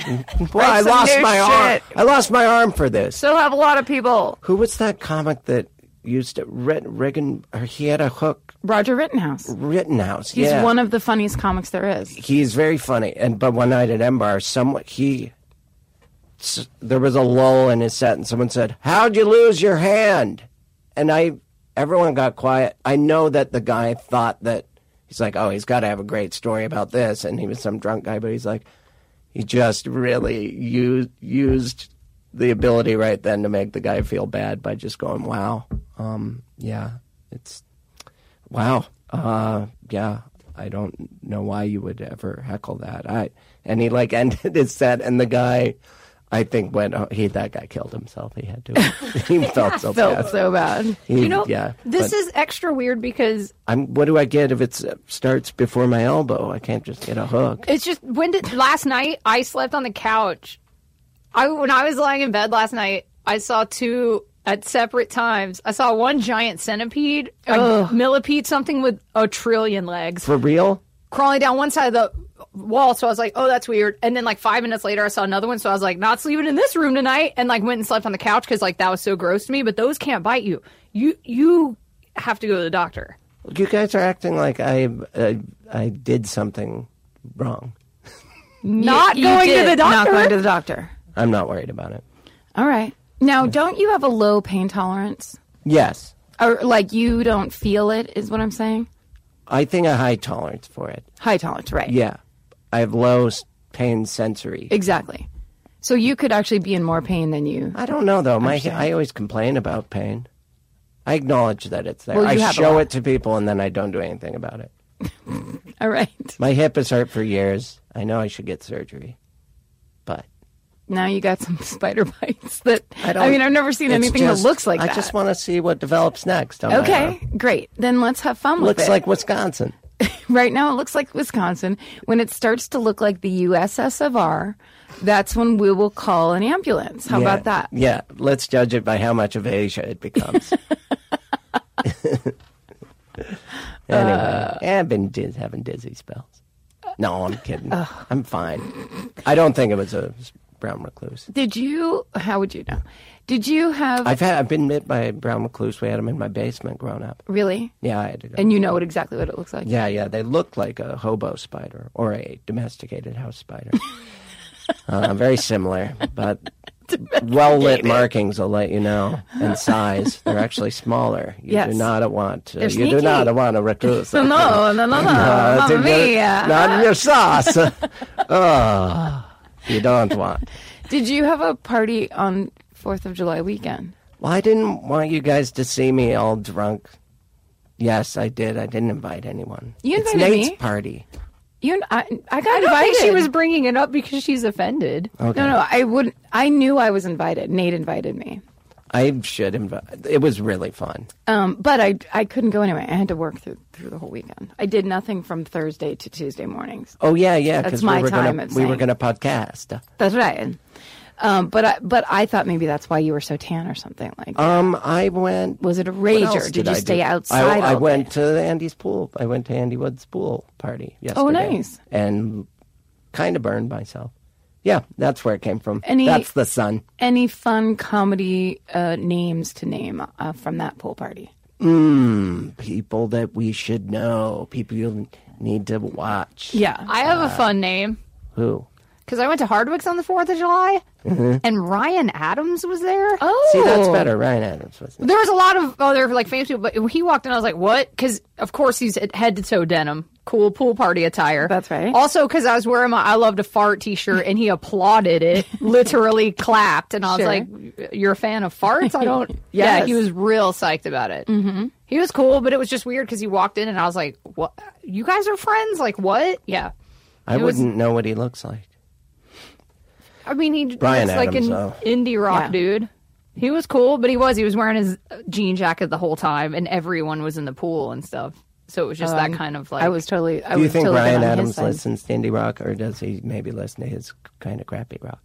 Speaker 2: I
Speaker 3: some
Speaker 2: lost
Speaker 3: new
Speaker 2: my arm.
Speaker 3: shit.
Speaker 2: I lost my arm for this.
Speaker 3: Still have a lot of people.
Speaker 2: Who was that comic that used it? Red Reagan. Or he had a hook.
Speaker 3: Roger Rittenhouse.
Speaker 2: Rittenhouse.
Speaker 3: He's
Speaker 2: yeah.
Speaker 3: one of the funniest comics there is.
Speaker 2: he's very funny. And but one night at M Bar, someone he s- there was a lull in his set, and someone said, "How'd you lose your hand?" And I, everyone got quiet. I know that the guy thought that he's like, "Oh, he's got to have a great story about this," and he was some drunk guy, but he's like, he just really used used the ability right then to make the guy feel bad by just going, "Wow, um, yeah, it's Wow. Uh, yeah. I don't know why you would ever heckle that. I and he like ended his set, and the guy, I think went. Oh, he that guy killed himself. He had to. He felt so
Speaker 3: Felt
Speaker 2: bad.
Speaker 3: so bad.
Speaker 2: He-
Speaker 4: You know,
Speaker 2: yeah.
Speaker 4: this
Speaker 2: but
Speaker 4: is extra weird because
Speaker 2: I'm. What do I get if it starts before my elbow? I can't just get a hook.
Speaker 4: It's just when did last night I slept on the couch. I when I was lying in bed last night, I saw two at separate times. I saw one giant centipede, a millipede, something with a trillion legs
Speaker 2: For real?
Speaker 4: crawling down one side of the wall. So I was like, "Oh, that's weird." And then like five minutes later, I saw another one. So I was like, "Not sleeping in this room tonight," and like went and slept on the couch because like that was so gross to me. But those can't bite you. You you have to go to the doctor.
Speaker 2: You guys are acting like I uh, I did something wrong.
Speaker 4: Not
Speaker 3: You
Speaker 4: going
Speaker 3: did
Speaker 4: to the
Speaker 3: Not
Speaker 4: doctor.
Speaker 3: going to the doctor.
Speaker 2: I'm not worried about it.
Speaker 3: All right. Now, don't you have a low pain tolerance?
Speaker 2: Yes,
Speaker 3: Or like you don't feel it is what I'm saying?
Speaker 2: I think a high tolerance for it.
Speaker 3: High tolerance, right?
Speaker 2: Yeah, I have low s- pain sensory.
Speaker 3: Exactly. So you could actually be in more pain than you.
Speaker 2: I don't know though. My I always complain about pain. I acknowledge that it's there.
Speaker 3: Well, you
Speaker 2: I
Speaker 3: have a
Speaker 2: show
Speaker 3: lot.
Speaker 2: it to people and then I don't do anything about it.
Speaker 3: All right.
Speaker 2: My hip has hurt for years. I know I should get surgery, but
Speaker 3: Now you got some spider bites that
Speaker 2: I
Speaker 3: I,
Speaker 2: don't.
Speaker 3: mean I've never seen
Speaker 2: it's
Speaker 3: anything
Speaker 2: just-
Speaker 3: that looks like
Speaker 2: I
Speaker 3: that.
Speaker 2: just want to see what develops next. don't I?
Speaker 3: okay, great. Then let's have fun with
Speaker 2: Looks
Speaker 3: it.
Speaker 2: like Wisconsin.
Speaker 3: right now it looks like Wisconsin. When it starts to look like the USSFR, that's when we will call an ambulance. How
Speaker 2: Yeah.
Speaker 3: about that?
Speaker 2: Yeah. Let's judge it by how much of Asia it becomes. anyway,
Speaker 3: Uh,
Speaker 2: I've been diz- having dizzy spells. No, I'm kidding.
Speaker 3: uh.
Speaker 2: I'm fine. I don't think it was a s- brown recluse.
Speaker 3: Did you how would you know? Did you have
Speaker 2: I've had I've been bit by a brown recluse. We had them in my basement growing up.
Speaker 3: really?
Speaker 2: Yeah, I had to go.
Speaker 3: And you know what exactly what it looks like.
Speaker 2: yeah, yeah, they look like a hobo spider or a domesticated house spider. uh, very similar, but well lit markings will let you know. And size, they're actually smaller. You
Speaker 3: Yes.
Speaker 2: do not want to,
Speaker 3: They're
Speaker 2: you do
Speaker 3: sneaky.
Speaker 2: not want a recluse.
Speaker 3: No, no, no, no, no.
Speaker 2: Uh,
Speaker 3: Mamma
Speaker 2: to get it-
Speaker 3: mia.
Speaker 2: Not in your sauce. oh, you don't want.
Speaker 3: Did you have a party on Fourth of July weekend?
Speaker 2: Well, I didn't want you guys to see me all drunk. Yes, I did. I didn't invite anyone.
Speaker 3: You
Speaker 2: it's
Speaker 3: invited
Speaker 2: Nate's
Speaker 3: me.
Speaker 2: party.
Speaker 3: You and I, I got
Speaker 4: I
Speaker 3: invited.
Speaker 4: think she was bringing it up because she's offended.
Speaker 2: Okay.
Speaker 3: No, no, I would. I knew I was invited. Nate invited me,
Speaker 2: I should invite. It was really fun.
Speaker 3: um, but I I couldn't go anyway. I had to work through through the whole weekend. I did nothing from Thursday to Tuesday mornings.
Speaker 2: Oh yeah, yeah. Because
Speaker 3: That's
Speaker 2: we
Speaker 3: my
Speaker 2: were
Speaker 3: time
Speaker 2: gonna
Speaker 3: of
Speaker 2: we were
Speaker 3: saying-
Speaker 2: gonna podcast.
Speaker 3: That's right. Um, but I but I thought maybe that's why you were so tan or something like. that.
Speaker 2: Um, I went.
Speaker 3: was it a
Speaker 2: what
Speaker 3: rager?
Speaker 2: else
Speaker 3: Did,
Speaker 2: I
Speaker 3: you
Speaker 2: do?
Speaker 3: stay
Speaker 2: I-
Speaker 3: outside?
Speaker 2: I,
Speaker 3: all day?
Speaker 2: went to Andy's pool. I went to Andy Wood's pool party yesterday.
Speaker 3: Oh, nice.
Speaker 2: And kind of burned myself. Yeah, that's where it came from.
Speaker 3: And he-
Speaker 2: that's the sun.
Speaker 3: Any fun comedy uh, names to name uh, from that pool party?
Speaker 2: People that we should know. People you need to watch.
Speaker 3: Yeah,
Speaker 4: I have a fun name.
Speaker 2: Who?
Speaker 4: because I went to Hardwick's on the Fourth of July, and Ryan Adams was there. Oh,
Speaker 2: See, that's better. Ryan Adams was.
Speaker 4: there was a lot of other like famous people, but when he walked in, I was like, "What?" Because of course he's head to toe denim, cool pool party attire.
Speaker 3: That's right.
Speaker 4: Also, because I was wearing my "I love to fart" T-shirt, and he applauded it, literally clapped, and I was
Speaker 3: Sure.
Speaker 4: like, "You're a fan of farts?" I don't. Yeah, he was real psyched about it. Mm-hmm. He was cool, but it was just weird because he walked in, and I was like, "What? You guys are friends? Like what?" Yeah.
Speaker 2: I
Speaker 4: It was-
Speaker 2: wouldn't know what he looks like.
Speaker 4: I mean, he
Speaker 2: Bryan
Speaker 4: looks like
Speaker 2: Adams,
Speaker 4: an
Speaker 2: though.
Speaker 4: indie rock
Speaker 3: Yeah.
Speaker 4: dude. He was cool, but he was he was wearing his jean jacket the whole time, and everyone was in the pool and stuff. So it was just that kind of like
Speaker 3: Um, I was totally. I
Speaker 2: Do you
Speaker 3: was
Speaker 2: think
Speaker 3: totally
Speaker 2: Ryan
Speaker 3: on his
Speaker 2: Adams
Speaker 3: side.
Speaker 2: listens to indie rock, or does he maybe listen to his kind of crappy rock?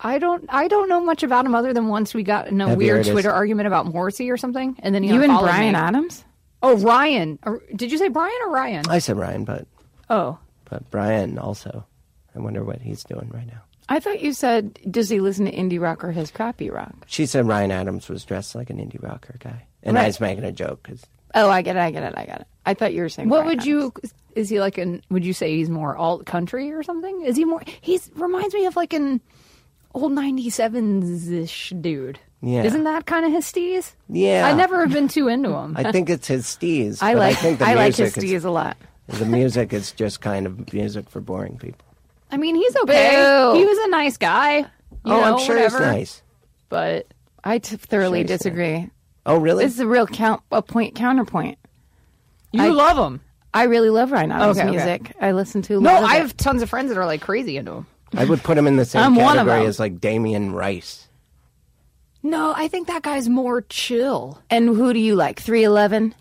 Speaker 4: I don't I don't know much about him other than once we got in a
Speaker 2: Heavy
Speaker 4: weird
Speaker 2: artist.
Speaker 4: Twitter argument about Morrissey or something, and then he
Speaker 3: You and
Speaker 4: unfollowed
Speaker 3: Brian
Speaker 4: me.
Speaker 3: Adams?
Speaker 4: Oh, Ryan, Or- did you say Brian or Ryan?
Speaker 2: I said Ryan, but
Speaker 4: oh,
Speaker 2: but Brian also. I wonder what he's doing right now.
Speaker 3: I thought you said, does he listen to indie rock or his crappy rock?
Speaker 2: She said Ryan Adams was dressed like an indie rocker guy, and I was making a joke because
Speaker 3: Oh, I get it, I get it, I get it. I thought you were saying.
Speaker 4: what
Speaker 3: Brian
Speaker 4: would
Speaker 3: Adams.
Speaker 4: you? Is he like an? Would you say he's more alt country or something? Is he more? He's reminds me of like an old 97s ish dude.
Speaker 2: Yeah.
Speaker 4: Isn't that kind of his steez?
Speaker 2: Yeah.
Speaker 4: I never have been too into him.
Speaker 2: I think it's his steez.
Speaker 3: I
Speaker 2: but
Speaker 3: like
Speaker 2: I think the
Speaker 3: I like
Speaker 2: music
Speaker 3: his steez
Speaker 2: is,
Speaker 3: a lot.
Speaker 2: The music is just kind of music for boring people.
Speaker 4: I mean, he's okay.
Speaker 3: Boo.
Speaker 4: He was a nice guy. You
Speaker 2: oh,
Speaker 4: know,
Speaker 2: I'm sure
Speaker 4: whatever.
Speaker 2: he's nice.
Speaker 4: But
Speaker 3: I t- thoroughly
Speaker 2: Sure, sure.
Speaker 3: disagree.
Speaker 2: Oh, really?
Speaker 3: It's a real count a point counterpoint.
Speaker 4: you
Speaker 3: I-
Speaker 4: love him.
Speaker 3: I really love Ryan Otto's
Speaker 4: Okay, okay.
Speaker 3: music. I listen to a
Speaker 4: No,
Speaker 3: lot of
Speaker 4: I
Speaker 3: it.
Speaker 4: have tons of friends that are like crazy into him.
Speaker 2: I would put him in the same
Speaker 3: I'm one of
Speaker 2: category
Speaker 3: them.
Speaker 2: as like Damien Rice.
Speaker 4: No, I think that guy's more chill.
Speaker 3: And who do you like? 311?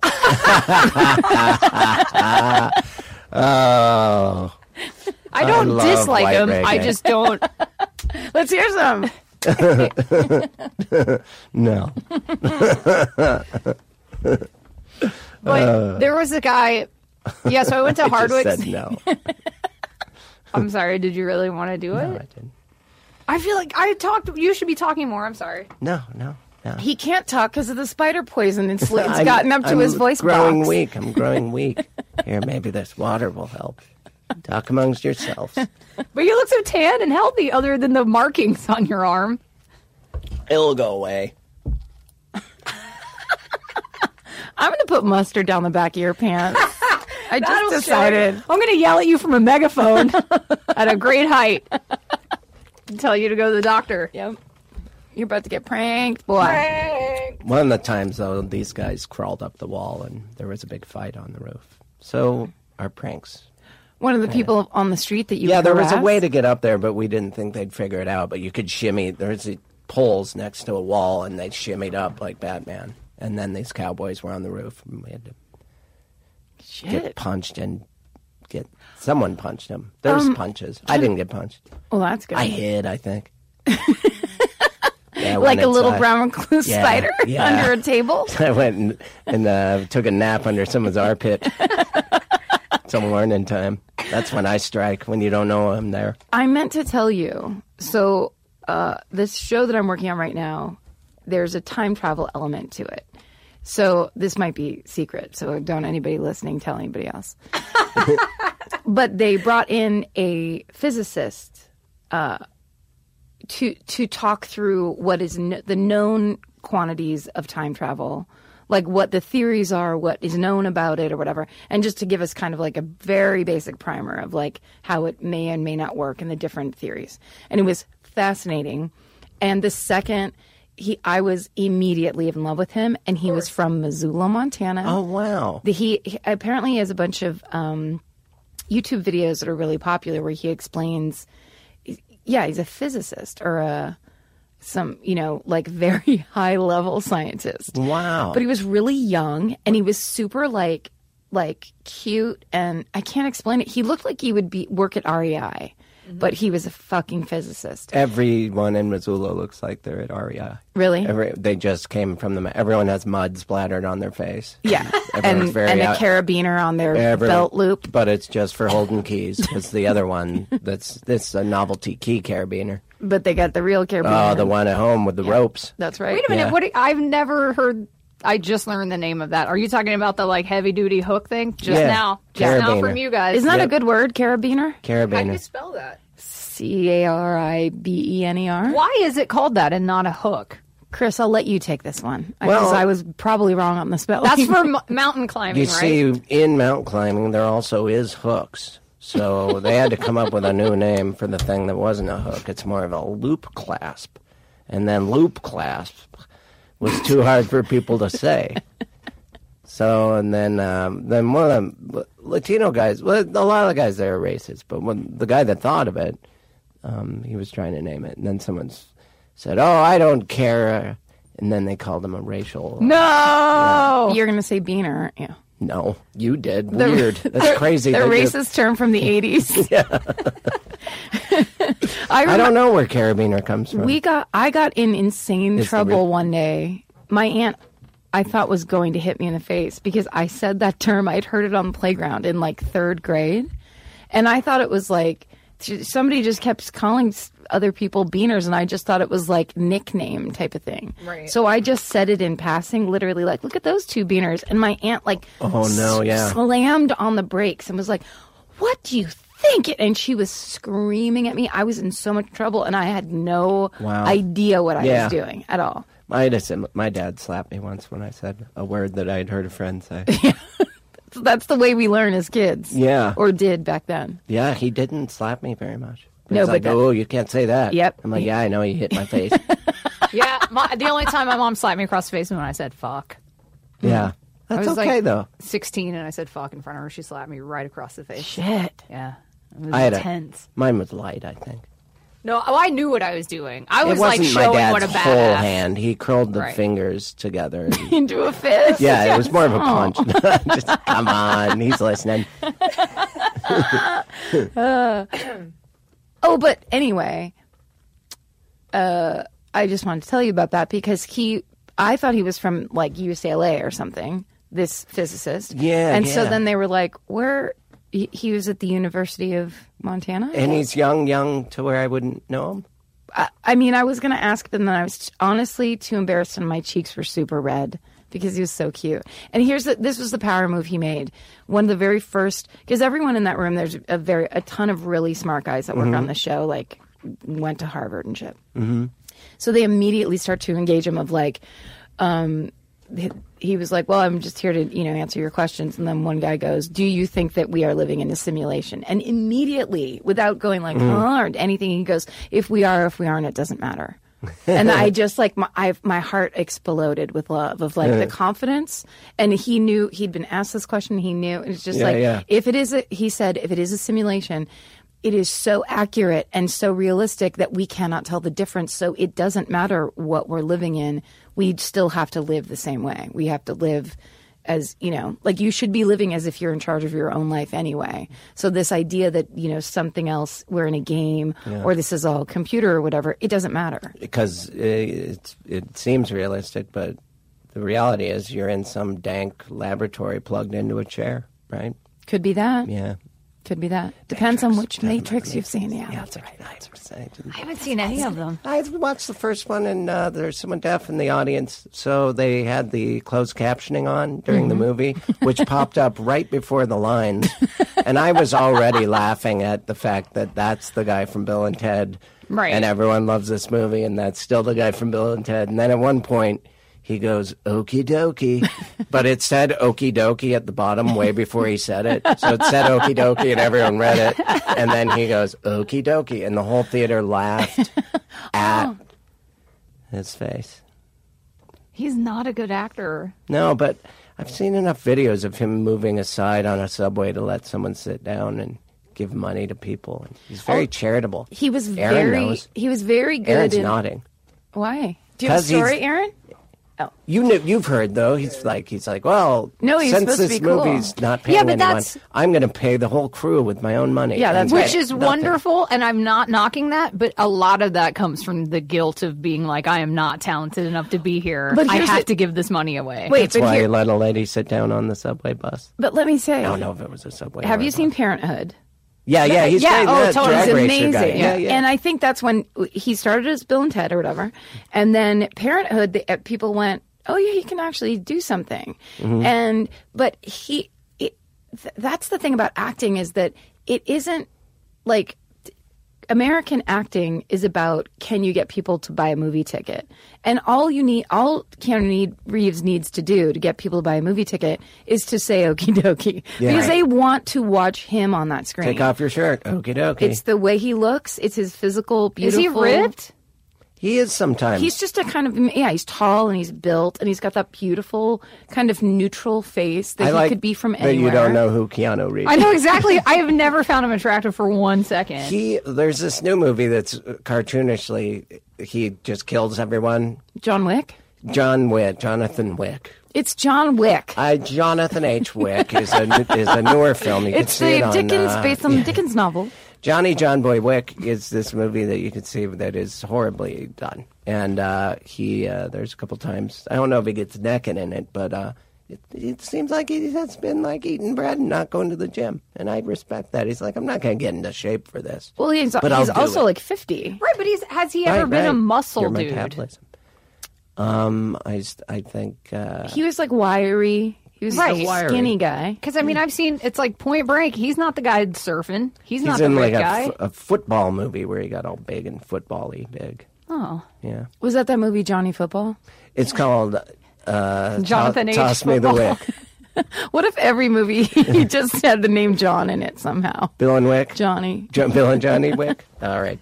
Speaker 2: Oh,
Speaker 4: I don't
Speaker 2: love
Speaker 4: dislike
Speaker 2: white
Speaker 4: him. I
Speaker 2: reggae.
Speaker 4: just don't.
Speaker 3: Let's hear some.
Speaker 2: no.
Speaker 4: But there was a guy. Yeah, so I went to
Speaker 2: I Uh. just
Speaker 4: Hardwick's.
Speaker 2: said no.
Speaker 4: I'm sorry. Did you really want to do it?
Speaker 2: No, I didn't.
Speaker 4: I feel like I talked. You should be talking more. I'm sorry.
Speaker 2: No, no, no.
Speaker 3: He can't talk because of the spider poison. It's, it's
Speaker 2: I'm-
Speaker 3: gotten up to
Speaker 2: I'm
Speaker 3: his voice
Speaker 2: growing
Speaker 3: box.
Speaker 2: weak. I'm growing weak. Here, maybe this water will help. Talk amongst yourselves.
Speaker 4: But you look so tan and healthy, other than the markings on your arm.
Speaker 2: It'll go away.
Speaker 3: I'm going to put mustard down the back of your pants. I just decided.
Speaker 4: I'm going to yell at you from a megaphone at a great height and tell you to go to the doctor.
Speaker 3: Yep. You're about to get pranked, boy.
Speaker 2: One of the times, though, these guys crawled up the wall and there was a big fight on the roof. So, our pranks.
Speaker 3: One of the people on the street that you
Speaker 2: Yeah, there was a
Speaker 3: harassed?
Speaker 2: way to get up there, but we didn't think they'd figure it out. But you could shimmy. There's the poles next to a wall, and they shimmied up like Batman. And then these cowboys were on the roof, and we had to get
Speaker 3: Shit.
Speaker 2: punched and get someone punched him. There
Speaker 3: Um,
Speaker 2: was punches. I didn't get punched.
Speaker 3: Well, that's good.
Speaker 2: I hid, I think. Yeah, I
Speaker 3: like
Speaker 2: went
Speaker 3: a little
Speaker 2: inside.
Speaker 3: brown recluse
Speaker 2: uh, Yeah,
Speaker 3: spider
Speaker 2: yeah.
Speaker 3: under a table.
Speaker 2: I went and, and uh, took a nap under someone's armpit. Some morning time. That's when I strike when you don't know I'm there.
Speaker 3: I meant to tell you. So, uh, this show that I'm working on right now, there's a time travel element to it. So, this might be secret. So, don't anybody listening tell anybody else. but they brought in a physicist uh, to to talk through what is kn- the known quantities of time travel, like what the theories are, what is known about it, or whatever, and just to give us kind of like a very basic primer of like how it may and may not work and the different theories. And it was fascinating. And the second. He, I was immediately in love with him, and he was from Missoula, Montana.
Speaker 2: Oh wow!
Speaker 3: The- he, he apparently has a bunch of um, YouTube videos that are really popular where he explains. Yeah, he's a physicist or a some you know like very high level scientist.
Speaker 2: Wow.
Speaker 3: But he was really young and he was super like like cute and I can't explain it. He looked like he would be work at REI, but he was a fucking physicist.
Speaker 2: Everyone in Missoula looks like they're at REI.
Speaker 3: Really?
Speaker 2: Every, they just came from the. Everyone has mud splattered on their face.
Speaker 3: yeah,
Speaker 2: Everyone's
Speaker 3: and
Speaker 2: very
Speaker 3: and a
Speaker 2: out-
Speaker 3: carabiner on their
Speaker 2: Everyone-
Speaker 3: belt loop.
Speaker 2: but it's just for holding keys. Because the other one that's this is a novelty key carabiner.
Speaker 3: But they got the real carabiner.
Speaker 2: Oh, the one at home with the ropes.
Speaker 3: That's right.
Speaker 4: Wait a minute.
Speaker 2: Yeah.
Speaker 4: What? do- I've never heard. I just learned the name of that. Are you talking about the like heavy duty hook thing? Just
Speaker 2: Yeah.
Speaker 4: now, just now from
Speaker 2: Carabiner.
Speaker 4: you guys.
Speaker 3: Isn't that a
Speaker 2: Yep.
Speaker 3: good word, carabiner?
Speaker 5: How do you
Speaker 2: Carabiner.
Speaker 5: spell that?
Speaker 3: C A R I B E N E R.
Speaker 4: Why is it called that and not a hook?
Speaker 3: Chris, I'll let you take this one. Because
Speaker 2: Well-
Speaker 3: I was probably wrong on the spelling.
Speaker 4: That's for m- mountain climbing,
Speaker 2: You
Speaker 4: right?
Speaker 2: see, in mount climbing, there also is hooks. So they had to come up with a new name for the thing that wasn't a hook. It's more of a loop clasp. And then loop clasp was too hard for people to say. So, and then, um, then one of the Latino guys, well, a lot of the guys there are racist, but when the guy that thought of it, um, he was trying to name it. And then someone s- said, Oh, I don't care. And then they called him a racial.
Speaker 4: No.
Speaker 3: You're going to say beaner, aren't you?
Speaker 2: No, you did. Weird. That's crazy.
Speaker 3: The
Speaker 2: They
Speaker 3: racist
Speaker 2: just-
Speaker 3: term from the 80s. I,
Speaker 2: I
Speaker 3: remember
Speaker 2: don't know where carabiner comes from.
Speaker 3: we got I got in insane
Speaker 2: It's the
Speaker 3: trouble
Speaker 2: real-
Speaker 3: one day. My aunt I thought was going to hit me in the face because I said that term. I'd heard it on the playground in like 3rd grade. And I thought it was like somebody just kept calling s- other people beaners and I just thought it was like nickname type of thing. Right. So I just said it in passing literally like look at those two beaners and my aunt like
Speaker 2: Oh, no,
Speaker 3: s-
Speaker 2: yeah.
Speaker 3: slammed on the brakes and was like what do you think it. And she was screaming at me. I was in so much trouble and I had no
Speaker 2: Wow.
Speaker 3: idea what I
Speaker 2: Yeah.
Speaker 3: was doing at all.
Speaker 2: I had a sim- my dad slapped me once when I said a word that I had heard a friend say.
Speaker 3: So that's the way we learn as kids.
Speaker 2: Yeah.
Speaker 3: Or did back then.
Speaker 2: yeah, he didn't slap me very much. But
Speaker 3: No,
Speaker 2: he's
Speaker 3: but
Speaker 2: like,
Speaker 3: that-
Speaker 2: oh, you can't say that.
Speaker 3: Yep.
Speaker 2: I'm like, yeah, I know you hit my face.
Speaker 4: Yeah, my, the only time my mom slapped me across the face was when I said "fuck."
Speaker 2: yeah,
Speaker 4: Mm-hmm. I
Speaker 2: that's
Speaker 4: was
Speaker 2: okay
Speaker 4: like
Speaker 2: though.
Speaker 4: 16, and I said "fuck" in front of her. She slapped me right across the face.
Speaker 3: Shit.
Speaker 4: Yeah, it was
Speaker 2: I had
Speaker 4: intense.
Speaker 2: a mine was light, I think.
Speaker 4: No, oh, I knew what I was doing. I was
Speaker 2: it wasn't
Speaker 4: like
Speaker 2: my
Speaker 4: showing what
Speaker 2: dad's
Speaker 4: a
Speaker 2: whole
Speaker 4: badass.
Speaker 2: hand. He curled the
Speaker 4: Right.
Speaker 2: fingers together. and-
Speaker 3: Into a fist.
Speaker 2: yeah, it was more of a punch.
Speaker 4: Oh.
Speaker 2: Just, come on, he's listening.
Speaker 3: Oh, but anyway, uh, I just wanted to tell you about that because he, I thought he was from like UCLA or something. This physicist,
Speaker 2: Yeah,
Speaker 3: and so
Speaker 2: yeah.
Speaker 3: then they were like, "Where?" He, he was at the University of Montana.
Speaker 2: And he's young, young to where I wouldn't know him.
Speaker 3: I, I mean, I was going to ask, but then I was honestly too embarrassed, and my cheeks were super red because he was so cute. And here's the, this was the power move he made. One of the very first, because everyone in that room, there's a very a ton of really smart guys that work on the show, like went to Harvard and shit. Mm-hmm. So they immediately start to engage him of like, um, he, he was like, "Well, I'm just here to you know answer your questions." And then one guy goes, "Do you think that we are living in a simulation?" And immediately, without going like
Speaker 2: Mm.
Speaker 3: huh, or anything, he goes, "If we are, if we aren't, it doesn't matter." and I just like my I, my heart exploded with love of like the confidence. And he knew he'd been asked this question. He knew and it's just
Speaker 2: Yeah,
Speaker 3: like
Speaker 2: yeah.
Speaker 3: if it is a he said if it is a simulation it is so accurate and so realistic that we cannot tell the difference so it doesn't matter what we're living in we still have to live the same way we have to live as you know like you should be living as if you're in charge of your own life anyway so this idea that you know something else we're in a game or this is all computer or whatever it doesn't matter
Speaker 2: because uh, it's, it seems realistic, but the reality is you're in some dank laboratory plugged into a chair, right?
Speaker 3: could be that
Speaker 2: Yeah.
Speaker 3: could be that depends on which
Speaker 2: Doesn't
Speaker 3: matrix
Speaker 2: make
Speaker 3: you've seen yeah,
Speaker 2: sense.
Speaker 3: that's right
Speaker 4: I haven't seen any of them.
Speaker 2: I watched the first one, and uh, there's someone deaf in the audience, so they had the closed captioning on during the movie, which popped up right before the lines, and I was already laughing at the fact that that's the guy from Bill and Ted,
Speaker 4: Right.
Speaker 2: And everyone loves this movie, and that's still the guy from Bill and Ted. And then at one point. He goes, okie dokie. But it said okie dokie at the bottom way before he said it. So it said okie dokie and everyone read it. And then he goes, okie dokie. And the whole theater laughed at his face.
Speaker 4: He's not a good actor.
Speaker 2: No, but I've seen enough videos of him moving aside on a subway to let someone sit down and give money to people. He's very charitable.
Speaker 3: Oh, he was
Speaker 2: Aaron
Speaker 3: very
Speaker 2: knows.
Speaker 3: he was very good
Speaker 2: Aaron's
Speaker 3: in-
Speaker 2: nodding.
Speaker 3: Why? Do you have a
Speaker 2: 'Cause he's-
Speaker 3: story, Aaron?
Speaker 2: You know, you've heard though. He's like, he's like, well,
Speaker 3: No, he's
Speaker 2: since
Speaker 3: supposed to
Speaker 2: this
Speaker 3: be cool.
Speaker 2: movie's not paying
Speaker 4: but
Speaker 2: anyone,
Speaker 4: that's-
Speaker 2: I'm going to pay the whole crew with my own money.
Speaker 3: Yeah, that's
Speaker 2: And
Speaker 4: Which is
Speaker 2: nothing.
Speaker 4: wonderful, and I'm not knocking that, but a lot of that comes from the guilt of being like, I am not talented enough to be here.
Speaker 3: But
Speaker 4: I
Speaker 3: here's
Speaker 4: have
Speaker 3: the-
Speaker 4: to give this money away.
Speaker 3: Wait,
Speaker 2: That's
Speaker 3: but
Speaker 2: why
Speaker 3: here-
Speaker 2: he let a lady sit down on the subway bus.
Speaker 3: but let me say,
Speaker 2: I don't know if it was a subway.
Speaker 3: have
Speaker 2: or a
Speaker 3: you
Speaker 2: bus.
Speaker 3: seen Parenthood?
Speaker 2: Yeah, yeah, he's
Speaker 4: Yeah,
Speaker 2: great.
Speaker 4: oh,
Speaker 2: That
Speaker 4: totally.
Speaker 2: drag
Speaker 3: He's
Speaker 2: racer guy.
Speaker 3: amazing.
Speaker 2: Yeah, yeah.
Speaker 3: And I think that's when he started as Bill and Ted or whatever, and then Parenthood, the, uh, people went, "Oh yeah, he can actually do something,"
Speaker 2: Mm-hmm.
Speaker 3: and but he, it, th- that's the thing about acting is that it isn't like American acting is about can you get people to buy a movie ticket? And all you need, all Keanu need, Reeves needs to do to get people to buy a movie ticket is to say okie dokie. Because they want to watch him on that screen.
Speaker 2: Take off your shirt. Okie dokie.
Speaker 3: It's the way he looks, it's his physical,
Speaker 4: is
Speaker 3: beautiful.
Speaker 4: he ripped?
Speaker 2: He is sometimes.
Speaker 3: He's just a kind of, yeah, he's tall and he's built and he's got that beautiful, kind of neutral face that
Speaker 2: I
Speaker 3: he
Speaker 2: like
Speaker 3: could be from
Speaker 2: that
Speaker 3: anywhere.
Speaker 2: you don't know who Keanu Reeves.
Speaker 4: I know exactly. I have never found him attractive for one second.
Speaker 2: He there's this new movie that's cartoonishly he just kills everyone.
Speaker 3: John Wick?
Speaker 2: John Wick, Jonathan Wick.
Speaker 3: It's John Wick.
Speaker 2: I Jonathan H. Wick is a is a newer film. You
Speaker 3: it's
Speaker 2: can see
Speaker 3: the
Speaker 2: it on,
Speaker 3: Dickens,
Speaker 2: uh,
Speaker 3: based on the Dickens novel.
Speaker 2: Johnny John Boy Wick is this movie that you can see that is horribly done. And uh, he uh, there's a couple times I don't know if he gets naked in it, but uh, it, it seems like he has been like eating bread and not going to the gym, and I respect that. He's like I'm not going to get into shape for this.
Speaker 3: Well, he's,
Speaker 2: But I'll
Speaker 3: he's
Speaker 2: do
Speaker 3: also
Speaker 2: it.
Speaker 3: like 50.
Speaker 4: Right, but he's, has he ever
Speaker 2: Right,
Speaker 4: been a
Speaker 2: right.
Speaker 4: muscle
Speaker 2: Your
Speaker 4: dude?
Speaker 2: metabolism. Um, I s- I think uh,
Speaker 3: He was like wiry. He was
Speaker 4: Right.
Speaker 3: a skinny guy.
Speaker 4: Because I mean, I've seen it's like Point Break. He's not the guy surfing. He's, not
Speaker 2: He's
Speaker 4: the
Speaker 2: in like
Speaker 4: big
Speaker 2: a,
Speaker 4: guy.
Speaker 2: f- a football movie where he got all big and football-y big.
Speaker 4: oh,
Speaker 2: Yeah.
Speaker 3: Was that that movie Johnny Football?
Speaker 2: It's called uh, To-
Speaker 4: Jonathan H.
Speaker 2: Toss Me the
Speaker 4: Football.
Speaker 2: Wick.
Speaker 3: What if every movie he just had the name John in it somehow?
Speaker 2: Bill and Wick?
Speaker 3: Johnny.
Speaker 2: Jo- Bill and Johnny Wick? All right.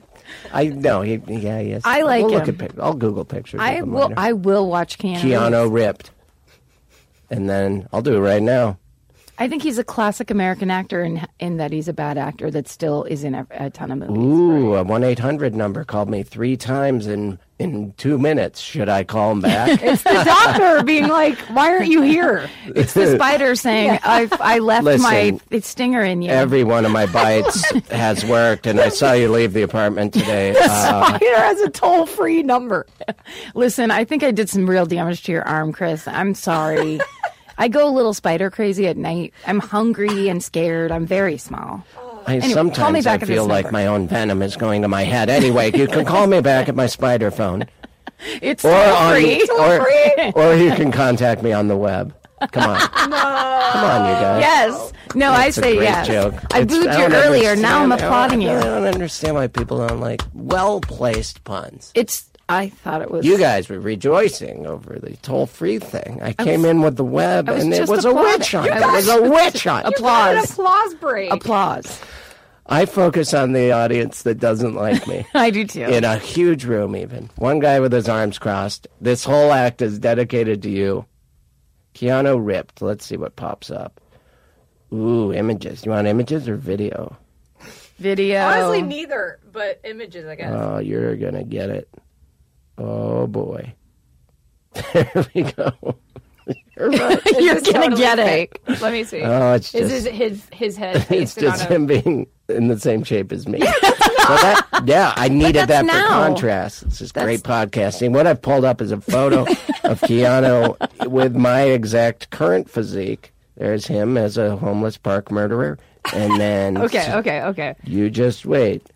Speaker 2: I know. He, yeah, he is.
Speaker 3: I like
Speaker 2: we'll Look
Speaker 3: him.
Speaker 2: at, pic- I'll Google pictures.
Speaker 3: I
Speaker 2: of him
Speaker 3: will.
Speaker 2: later.
Speaker 3: I will watch Keanu. Reeves.
Speaker 2: Keanu ripped. And then I'll do it right now.
Speaker 3: I think he's a classic American actor in in that he's a bad actor that still is in a, a ton of movies.
Speaker 2: Ooh, a 1 800 number called me three times in, in two minutes. Should I call him back?
Speaker 4: it's the doctor being like, "Why aren't you here?"
Speaker 3: It's the spider saying, "I I left my
Speaker 2: Listen,
Speaker 3: it's stinger in you."
Speaker 2: Every one of my bites has worked, and I saw you leave the apartment today. Uh,
Speaker 4: Peter has a toll free number.
Speaker 3: Listen, I think I did some real damage to your arm, Chris. I'm sorry. I go a little spider crazy at night. I'm hungry and scared. I'm very small.
Speaker 4: Oh.
Speaker 2: I
Speaker 3: me
Speaker 2: sometimes I
Speaker 3: back at this
Speaker 2: feel like
Speaker 3: number.
Speaker 2: my own venom is going to my head. Anyway, you can call me back at my spider phone,
Speaker 3: It's
Speaker 2: or on,
Speaker 3: free.
Speaker 2: or, or you can contact me on the web. Come on, come on, you guys.
Speaker 3: Yes. No, I
Speaker 2: It's a
Speaker 3: say
Speaker 2: great
Speaker 3: yes.
Speaker 2: joke.
Speaker 3: I
Speaker 2: It's-
Speaker 3: booed you
Speaker 2: don't
Speaker 3: earlier. Now I'm
Speaker 2: understand-
Speaker 3: applauding
Speaker 2: I
Speaker 3: you.
Speaker 2: don't understand why people don't like well placed puns.
Speaker 3: It's. I thought it was.
Speaker 2: You guys were rejoicing over the toll free thing. I came in with the web,
Speaker 3: I was
Speaker 2: and it
Speaker 3: just
Speaker 2: was a
Speaker 3: applauding.
Speaker 2: witch hunt.
Speaker 3: You
Speaker 2: It was a witch hunt.
Speaker 4: An
Speaker 3: applause.
Speaker 4: applause break.
Speaker 3: Applause.
Speaker 2: I focus on the audience that doesn't like me.
Speaker 3: I do too.
Speaker 2: in a huge room even one guy with his arms crossed this whole act is dedicated to you keanu ripped let's see what pops up ooh images you want images or video
Speaker 3: Video.
Speaker 4: Oh.
Speaker 5: Honestly, neither, but images, I guess.
Speaker 2: oh you're gonna get it oh boy there we go You're right.
Speaker 3: You're
Speaker 4: This is
Speaker 3: gonna
Speaker 4: totally
Speaker 3: get it.
Speaker 4: fake. Let me see.
Speaker 2: oh it's
Speaker 4: This
Speaker 2: just
Speaker 4: is his his head
Speaker 2: it's
Speaker 4: pasted
Speaker 2: just
Speaker 4: on a.
Speaker 2: him being in the same shape as me. So that- yeah, I needed that
Speaker 3: that's
Speaker 2: for
Speaker 3: now.
Speaker 2: contrast. This is great podcasting. What I've pulled up is a photo of Keanu with my exact current physique. There's him as a homeless park murderer. And then
Speaker 4: Okay, okay, okay.
Speaker 2: you just wait.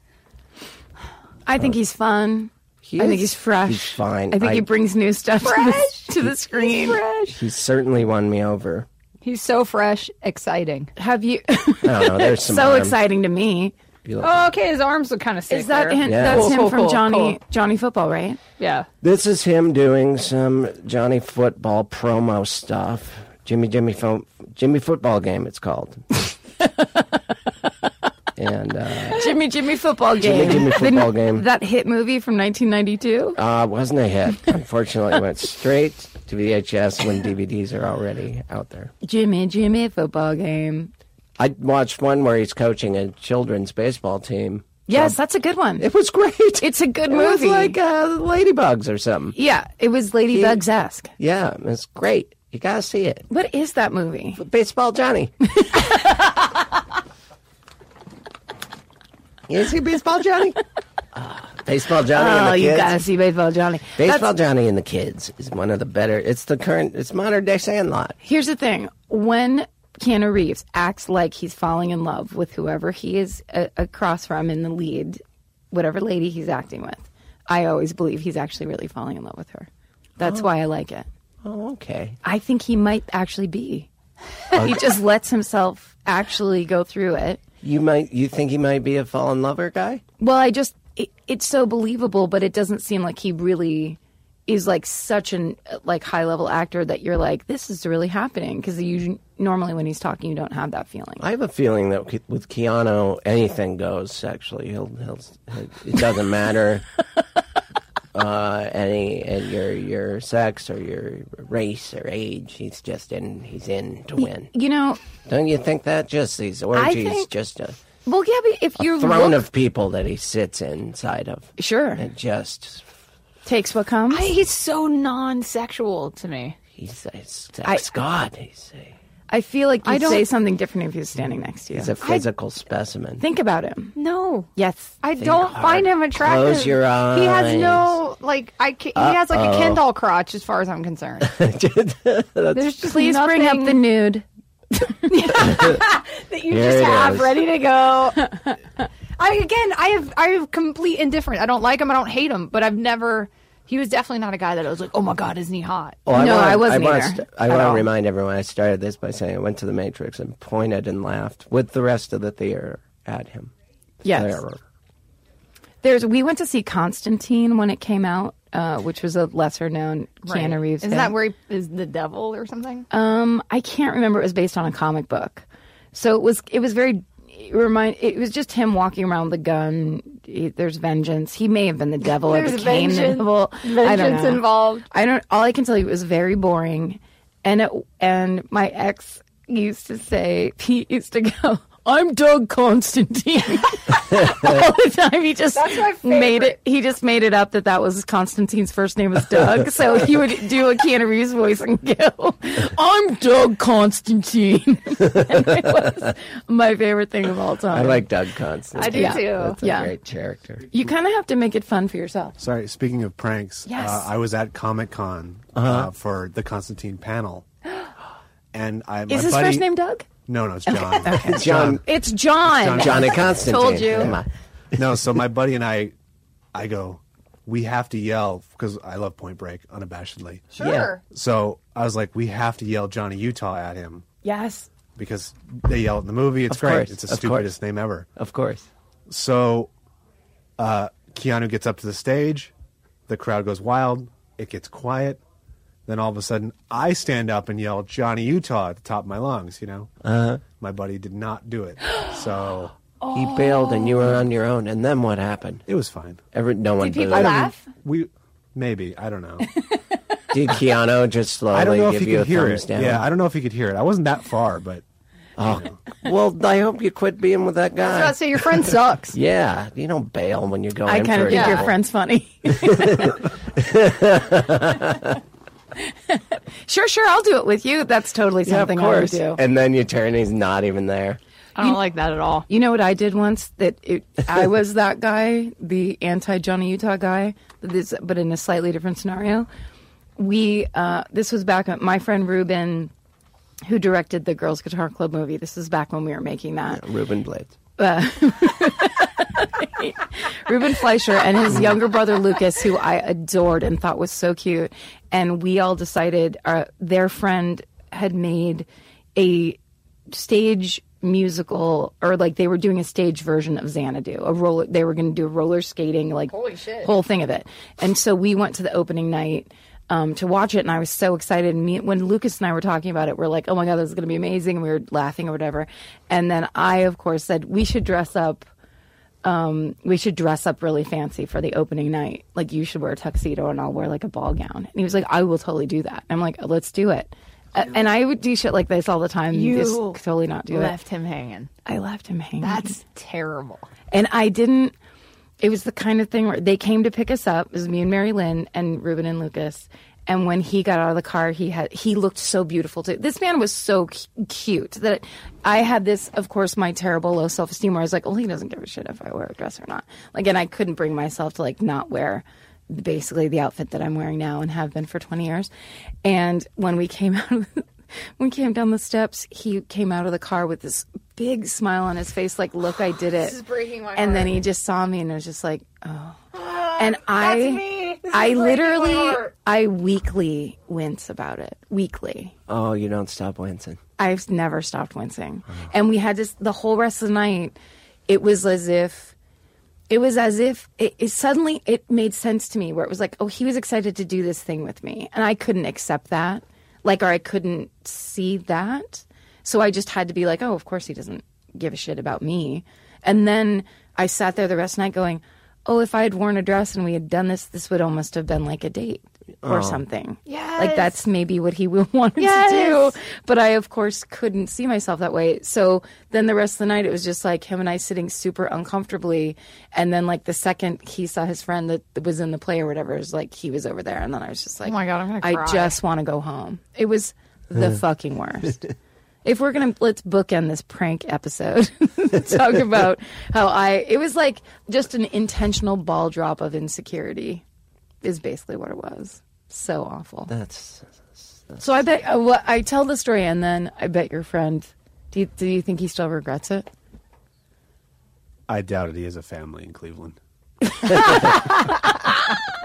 Speaker 3: I think he's fun.
Speaker 2: He
Speaker 3: I think
Speaker 2: is-
Speaker 3: he's fresh.
Speaker 2: He's fine.
Speaker 3: I think
Speaker 2: I-
Speaker 3: he brings new stuff to the, to the screen.
Speaker 2: He certainly won me over.
Speaker 4: He's so fresh, exciting.
Speaker 3: Have you?
Speaker 2: I don't know. There's some
Speaker 3: so
Speaker 2: arm.
Speaker 3: exciting to me.
Speaker 2: You look-
Speaker 4: Oh, okay. His arms look kind of sick.
Speaker 3: Is that
Speaker 4: there.
Speaker 3: him?
Speaker 2: Yeah.
Speaker 3: That's
Speaker 2: Cool,
Speaker 3: him
Speaker 4: cool,
Speaker 3: from
Speaker 4: cool,
Speaker 3: Johnny
Speaker 4: cool.
Speaker 3: Johnny Football, right?
Speaker 4: Yeah.
Speaker 2: This is him doing some Johnny Football promo stuff. Jimmy Jimmy Fo- Jimmy Football Game, it's called. and uh,
Speaker 3: Jimmy Jimmy Football Game.
Speaker 2: Jimmy Jimmy Football Game
Speaker 3: That hit movie from 1992.
Speaker 2: uh, wasn't a hit. Unfortunately, it went straight to VHS when DVDs are already out there.
Speaker 3: Jimmy Jimmy Football Game.
Speaker 2: I watched one where he's coaching a children's baseball team.
Speaker 3: Yes, that's a good one.
Speaker 2: It was great.
Speaker 3: It's a good
Speaker 2: It was
Speaker 3: movie.
Speaker 2: like uh, Ladybugs or something.
Speaker 3: yeah, it was Ladybugs esque.
Speaker 2: Yeah, it's great. You gotta see it.
Speaker 3: What is that movie?
Speaker 2: Baseball Johnny. you see Baseball Johnny? Ah, Baseball Johnny and
Speaker 3: Oh,
Speaker 2: the
Speaker 3: you
Speaker 2: kids.
Speaker 3: gotta see Baseball Johnny.
Speaker 2: Baseball
Speaker 3: That's-
Speaker 2: Johnny and the kids is one of the better. It's the current. It's modern day Sandlot.
Speaker 3: Here's the thing: when Keanu Reeves acts like he's falling in love with whoever he is a- across from in the lead, whatever lady he's acting with, I always believe he's actually really falling in love with her. That's why I like it.
Speaker 2: Oh, okay.
Speaker 3: I think he might actually be. he just lets himself actually go through it.
Speaker 2: You might. You think he might be a fallen lover guy?
Speaker 3: Well, I just it, it's so believable, but it doesn't seem like he really is like such an like high level actor that you're like this is really happening because you normally when he's talking you don't have that feeling.
Speaker 2: I have a feeling that with- with Keanu, anything goes sexually. He'll, he'll, it doesn't matter uh, any and your your sex or your race or age. He's just in. He's in to win.
Speaker 3: You know,
Speaker 2: Don't you think that? Just these orgies,
Speaker 3: think-
Speaker 2: just a
Speaker 3: well, yeah, but if you're
Speaker 2: throne
Speaker 3: look-
Speaker 2: of people that he sits inside of.
Speaker 3: sure
Speaker 2: And just
Speaker 3: takes what comes. I,
Speaker 4: He's so non-sexual to me.
Speaker 2: he's a sex god. He's a,
Speaker 3: feel like you'd
Speaker 4: don't-
Speaker 3: say something different if he was standing next to you.
Speaker 2: he's a physical specimen.
Speaker 3: Think about him.
Speaker 4: No.
Speaker 3: Yes,
Speaker 4: I don't
Speaker 2: hard.
Speaker 4: find him attractive.
Speaker 2: Close your
Speaker 4: He has
Speaker 2: eyes.
Speaker 4: no like. I ca he has like a Ken doll crotch as far as I'm concerned. There's just
Speaker 3: please
Speaker 4: nothing,
Speaker 3: bring up the nude.
Speaker 4: that you
Speaker 2: Here
Speaker 4: just
Speaker 2: it
Speaker 4: have
Speaker 2: is.
Speaker 4: ready to go. I again, I have I have complete indifference. I don't like him. I don't hate him, but I've never He was definitely not a guy that I was like, oh my god, isn't he hot?
Speaker 2: Oh, I
Speaker 3: No,
Speaker 2: wanna-
Speaker 3: I wasn't
Speaker 2: wanna
Speaker 3: either,
Speaker 2: st- I
Speaker 3: at
Speaker 2: want
Speaker 3: all.
Speaker 2: to remind everyone I started this by saying I went to the Matrix and pointed and laughed with the rest of the theater at him.
Speaker 3: Yes.
Speaker 2: There.
Speaker 3: There's we went to see Constantine when it came out, uh, which was a lesser known Keanu Reeves.
Speaker 4: Is
Speaker 3: film.
Speaker 4: that where he is the devil or something?
Speaker 3: Um, I can't remember. It was based on a comic book, so it was it was very it remind. It was just him walking around with a gun. He- there's vengeance. He may have been the devil. or
Speaker 4: There's
Speaker 3: became the
Speaker 4: vengeance-
Speaker 3: devil. I don't
Speaker 4: vengeance
Speaker 3: know.
Speaker 4: involved.
Speaker 3: I don't. All I can tell you it was very boring, and it, and my ex used to say he used to go. I'm Doug Constantine. All the time, he just
Speaker 5: That's my favorite.
Speaker 3: made it. He just made it up that that was Constantine's first name was Doug. so he would do a Keanu Reeves voice and go, "I'm Doug Constantine." and it was my favorite thing of all time.
Speaker 2: I like Doug Constantine.
Speaker 4: I do
Speaker 3: Yeah.
Speaker 4: too.
Speaker 2: That's a
Speaker 3: Yeah.
Speaker 2: great character.
Speaker 3: you kind of have to make it fun for yourself.
Speaker 6: Sorry, speaking of pranks,
Speaker 3: Yes.
Speaker 6: uh, I was at Comic Con uh
Speaker 2: Uh-huh.
Speaker 6: for the Constantine panel. And I my
Speaker 3: Is his
Speaker 6: buddy-
Speaker 3: first name Doug?
Speaker 6: No, no, it's John. It's
Speaker 2: John,
Speaker 3: It's John.
Speaker 2: Johnny Constantine.
Speaker 3: Told you.
Speaker 2: Come on.
Speaker 6: no, so my buddy and I, I go, we have to yell because I love Point Break unabashedly.
Speaker 5: Sure.
Speaker 6: So I was like, we have to yell Johnny Utah at him
Speaker 3: Yes.
Speaker 6: because they yell it in the movie. It's
Speaker 2: Of
Speaker 6: great.
Speaker 2: course,
Speaker 6: it's the
Speaker 2: of course.
Speaker 6: stupidest name ever.
Speaker 2: Of course.
Speaker 6: So uh, Keanu gets up to the stage. The crowd goes wild. It gets quiet. Then all of a sudden, I stand up and yell Johnny Utah at the top of my lungs, you know? Uh-huh. My buddy did not do it. So
Speaker 2: He bailed and you were on your own. And then what happened?
Speaker 6: it was fine.
Speaker 2: Every, no one
Speaker 4: Did people
Speaker 2: booed.
Speaker 6: I don't-
Speaker 4: laugh?
Speaker 6: We maybe, I don't know.
Speaker 2: Did Keanu just slowly
Speaker 6: I don't know if
Speaker 2: give
Speaker 6: he
Speaker 2: you
Speaker 6: could
Speaker 2: a
Speaker 6: hear
Speaker 2: thumbs
Speaker 6: it.
Speaker 2: down? Oh.
Speaker 6: Yeah, I don't know if he could hear it. I wasn't that far, but
Speaker 2: Well, I hope you quit being with that
Speaker 4: I was about
Speaker 2: guy.
Speaker 4: to say your friend sucks.
Speaker 2: Yeah, you don't bail when you go.
Speaker 3: I
Speaker 2: in
Speaker 3: kind
Speaker 2: for
Speaker 3: of
Speaker 2: a
Speaker 3: think your
Speaker 2: double.
Speaker 3: friend's funny. sure, sure, I'll do it with you. That's totally
Speaker 2: Yeah, of
Speaker 3: something
Speaker 2: course.
Speaker 3: I would do.
Speaker 2: And then you turn, and he's not even there.
Speaker 4: I don't like that at all.
Speaker 3: You know what I did once? That it, I was that guy, the anti Johnny Utah guy, but this, but in a slightly different scenario. We uh, this was back at my friend Ruben, who directed the Girls Guitar Club movie. This is back when we were making that.
Speaker 2: Ruben Blades.
Speaker 3: Ruben Fleischer and his younger brother Lucas, who I adored and thought was so cute. And we all decided uh, their friend had made a stage musical, or like they were doing a stage version of Xanadu. A roller, they were going to do a roller skating, like
Speaker 5: Holy shit.
Speaker 3: whole thing of it. And so we went to the opening night. Um, to watch it, and I was so excited. And me, when Lucas and I were talking about it, we're like, "Oh my god, this is going to be amazing!" And we were laughing or whatever. And then I, of course, said we should dress up um, we should dress up really fancy for the opening night. Like you should wear a tuxedo and I'll wear like a ball gown. And he was like, I will totally do that. I'm like, let's do it. A- and I would do shit like this all the time.
Speaker 4: You
Speaker 3: just totally not do
Speaker 4: Left him hanging.
Speaker 3: it. I left him hanging.
Speaker 4: That's terrible.
Speaker 3: And I didn't. It was the kind of thing where they came to pick us up. It was me and Mary Lynn and Ruben and Lucas. And when he got out of the car, he had he looked so beautiful too. This man was so cu- cute that I had this, of course, my terrible low self esteem where I was like, "Well, he doesn't give a shit if I wear a dress or not." Like, and I couldn't bring myself to like not wear basically the outfit that I'm wearing now and have been for 20 years. And when we came out, of the- when we came down the steps, he came out of the car with this big smile on his face, like, "Look, I did it."
Speaker 5: This is breaking my
Speaker 3: And then
Speaker 5: heart.
Speaker 3: he just saw me and was just like, "Oh." And I,
Speaker 5: me. This is
Speaker 3: I
Speaker 5: breaking my
Speaker 3: literally,
Speaker 5: heart.
Speaker 3: I weekly wince about it. Weekly.
Speaker 2: Oh, you don't stop wincing.
Speaker 3: I've never stopped wincing. And we had this the whole rest of the night. It was as if it was as if it, it suddenly it made sense to me where it was like, oh, he was excited to do this thing with me, and I couldn't accept that, like, or I couldn't see that. So I just had to be like, oh, of course he doesn't give a shit about me. And then I sat there the rest of the night going, oh, if I had worn a dress and we had done this, this would almost have been like a date or something. Yeah, like that's maybe what he would wanted to do. But I, of course, couldn't see myself that way. So then the rest of the night, it was just like him and I sitting super uncomfortably. And then, like, the second he saw his friend that was in the play or whatever, it was like he was over there. And then I was just like,
Speaker 4: Oh my God, I'm gonna
Speaker 3: I
Speaker 4: cry.
Speaker 3: just want to go home. It was the fucking worst. If we're gonna let's bookend this prank episode, talk about how I it was like just an intentional ball drop of insecurity, is basically what it was. So awful.
Speaker 2: That's
Speaker 3: So I bet uh, well, I tell the story, and then I bet your friend. Do you, do you think he still regrets it?
Speaker 6: I doubt it. He has a family in Cleveland.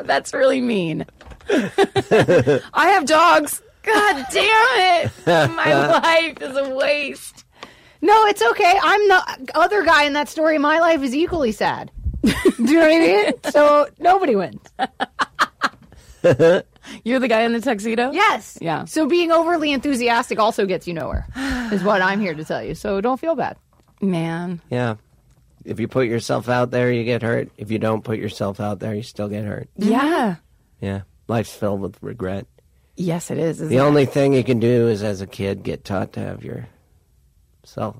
Speaker 3: That's really mean. I have dogs. God damn it. My life is a waste.
Speaker 4: No, it's okay. I'm the other guy in that story. My life is equally sad. Do you know what I mean? So nobody wins.
Speaker 3: You're the guy in the tuxedo?
Speaker 4: Yes.
Speaker 3: Yeah.
Speaker 4: So being overly enthusiastic also gets you nowhere, is what I'm here to tell you. So don't feel bad.
Speaker 3: Man.
Speaker 2: Yeah. If you put yourself out there, you get hurt. If you don't put yourself out there, you still get hurt.
Speaker 3: Yeah.
Speaker 2: Yeah. Life's filled with regret.
Speaker 3: Yes, it is. isn't
Speaker 2: The
Speaker 3: it?
Speaker 2: only thing you can do is, as a kid, get taught to have your self,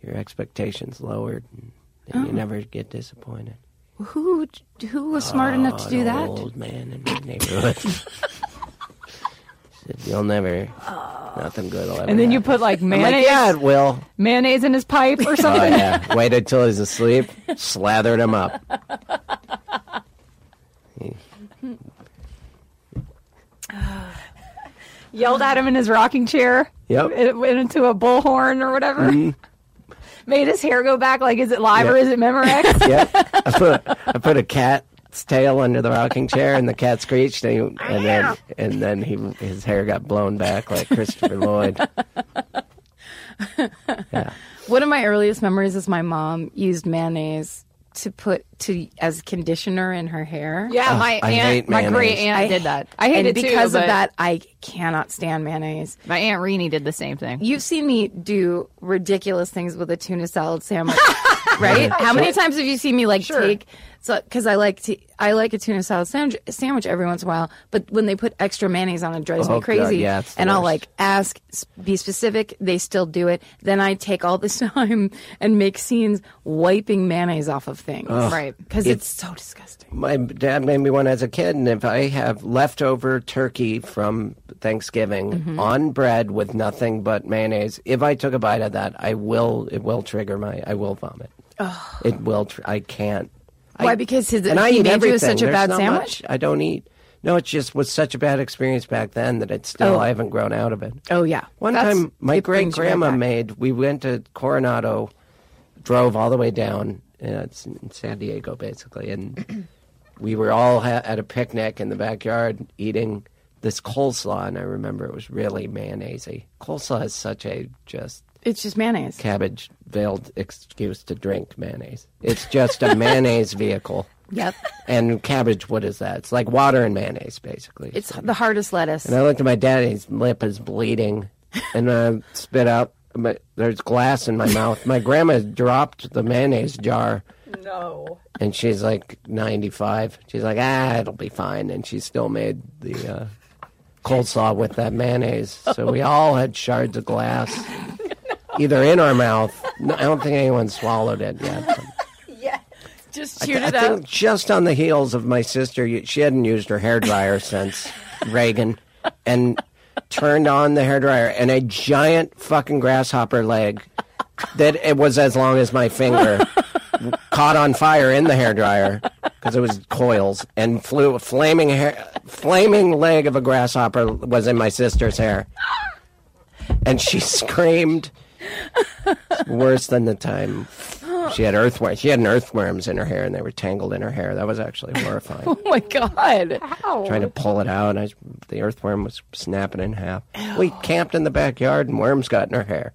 Speaker 2: your expectations lowered, and, and
Speaker 4: Oh.
Speaker 2: you never get disappointed.
Speaker 3: who who was smart enough to
Speaker 2: Oh,
Speaker 3: do
Speaker 2: an
Speaker 3: that?
Speaker 2: Old man in my neighborhood. Said, You'll never. Nothing good will ever.
Speaker 4: And then you
Speaker 2: happen."
Speaker 4: put like
Speaker 2: I'm like,
Speaker 4: mayonnaise,
Speaker 2: yeah, it will.
Speaker 4: mayonnaise in his pipe or
Speaker 2: Oh
Speaker 4: something.
Speaker 2: yeah. Waited till he's asleep, slathered him up.
Speaker 4: Yelled at him in his rocking chair.
Speaker 2: Yep.
Speaker 4: It went into a bullhorn or whatever. Made his hair go back. Like, is it live or
Speaker 2: Mm-hmm. Yeah.
Speaker 4: is it Memorex?
Speaker 2: Yep. I put I put a cat's tail under the rocking chair, and the cat screeched, and, he, and then and then he his hair got blown back like Christopher Lloyd. Yeah.
Speaker 3: One of my earliest memories is my mom used mayonnaise to put to as conditioner in her hair.
Speaker 4: yeah, my
Speaker 2: Oh, I hate
Speaker 4: aunt, my great
Speaker 2: mayonnaise.
Speaker 4: aunt did that. I
Speaker 3: and
Speaker 4: hated it too,
Speaker 3: because
Speaker 4: but
Speaker 3: of that, I cannot stand mayonnaise.
Speaker 4: My aunt Renee did the same thing.
Speaker 3: You've seen me do ridiculous things with a tuna salad sandwich, right? How many times have you seen me like take? So because I like to, I like a tuna salad sandwich, sandwich every once in a while. But when they put extra mayonnaise on, it drives
Speaker 2: Oh,
Speaker 3: me
Speaker 2: God,
Speaker 3: crazy.
Speaker 2: yeah, it's the
Speaker 3: and I'll
Speaker 2: worst.
Speaker 3: like ask, s- be specific. They still do it. Then I take all this time and make scenes wiping mayonnaise off of things, right? Because it's, so disgusting.
Speaker 2: My dad made me one as a kid, and if I have leftover turkey from Thanksgiving
Speaker 3: Mm-hmm.
Speaker 2: on bread with nothing but mayonnaise, if I took a bite of that, I will. It will trigger my. I will vomit. It will. Tr- I can't.
Speaker 3: Why?
Speaker 2: I-
Speaker 3: Because his,
Speaker 2: and I
Speaker 3: he
Speaker 2: eat
Speaker 3: made
Speaker 2: everything.
Speaker 3: you such a
Speaker 2: There's
Speaker 3: bad
Speaker 2: not
Speaker 3: sandwich.
Speaker 2: much I don't eat. No, it just was such a bad experience back then that it's still.
Speaker 3: Oh.
Speaker 2: I haven't grown out of it.
Speaker 3: Oh yeah,
Speaker 2: One
Speaker 3: That's-
Speaker 2: time, my
Speaker 3: it
Speaker 2: great
Speaker 3: brings you right
Speaker 2: grandma
Speaker 3: back.
Speaker 2: made. We went to Coronado, drove all the way down. Uh, it's in San Diego, basically, and we were all ha- at a picnic in the backyard eating this coleslaw, and I remember it was really mayonnaisey. Coleslaw is such a just
Speaker 3: It's just mayonnaise.
Speaker 2: cabbage veiled excuse to drink mayonnaise. It's just a mayonnaise vehicle.
Speaker 3: Yep.
Speaker 2: And cabbage, what is that? It's like water and mayonnaise, basically.
Speaker 3: It's the hardest lettuce.
Speaker 2: And I looked at my dad, and his lip is bleeding. And I spit out, my, there's glass in my mouth. My grandma dropped the mayonnaise jar,
Speaker 5: No.
Speaker 2: and she's like 95. She's like, ah, it'll be fine. And she still made the uh, coleslaw with that mayonnaise. So we all had shards of glass, either in our mouth. No, I don't think anyone swallowed it yet.
Speaker 3: Just chewed
Speaker 2: I think just on the heels of my sister, you- she hadn't used her hairdryer since Reagan, and turned on the hairdryer, and a giant fucking grasshopper leg that it was as long as my finger caught on fire in the hairdryer because it was coils and flew a flaming hair, flaming leg of a grasshopper was in my sister's hair, and she screamed worse than the time she had earthworms. She had an earthworms in her hair, and they were tangled in her hair. That was actually horrifying.
Speaker 3: Oh my god.
Speaker 2: Trying to pull it out, and I, the earthworm was snapping in half. We camped in the backyard, and worms got in her hair.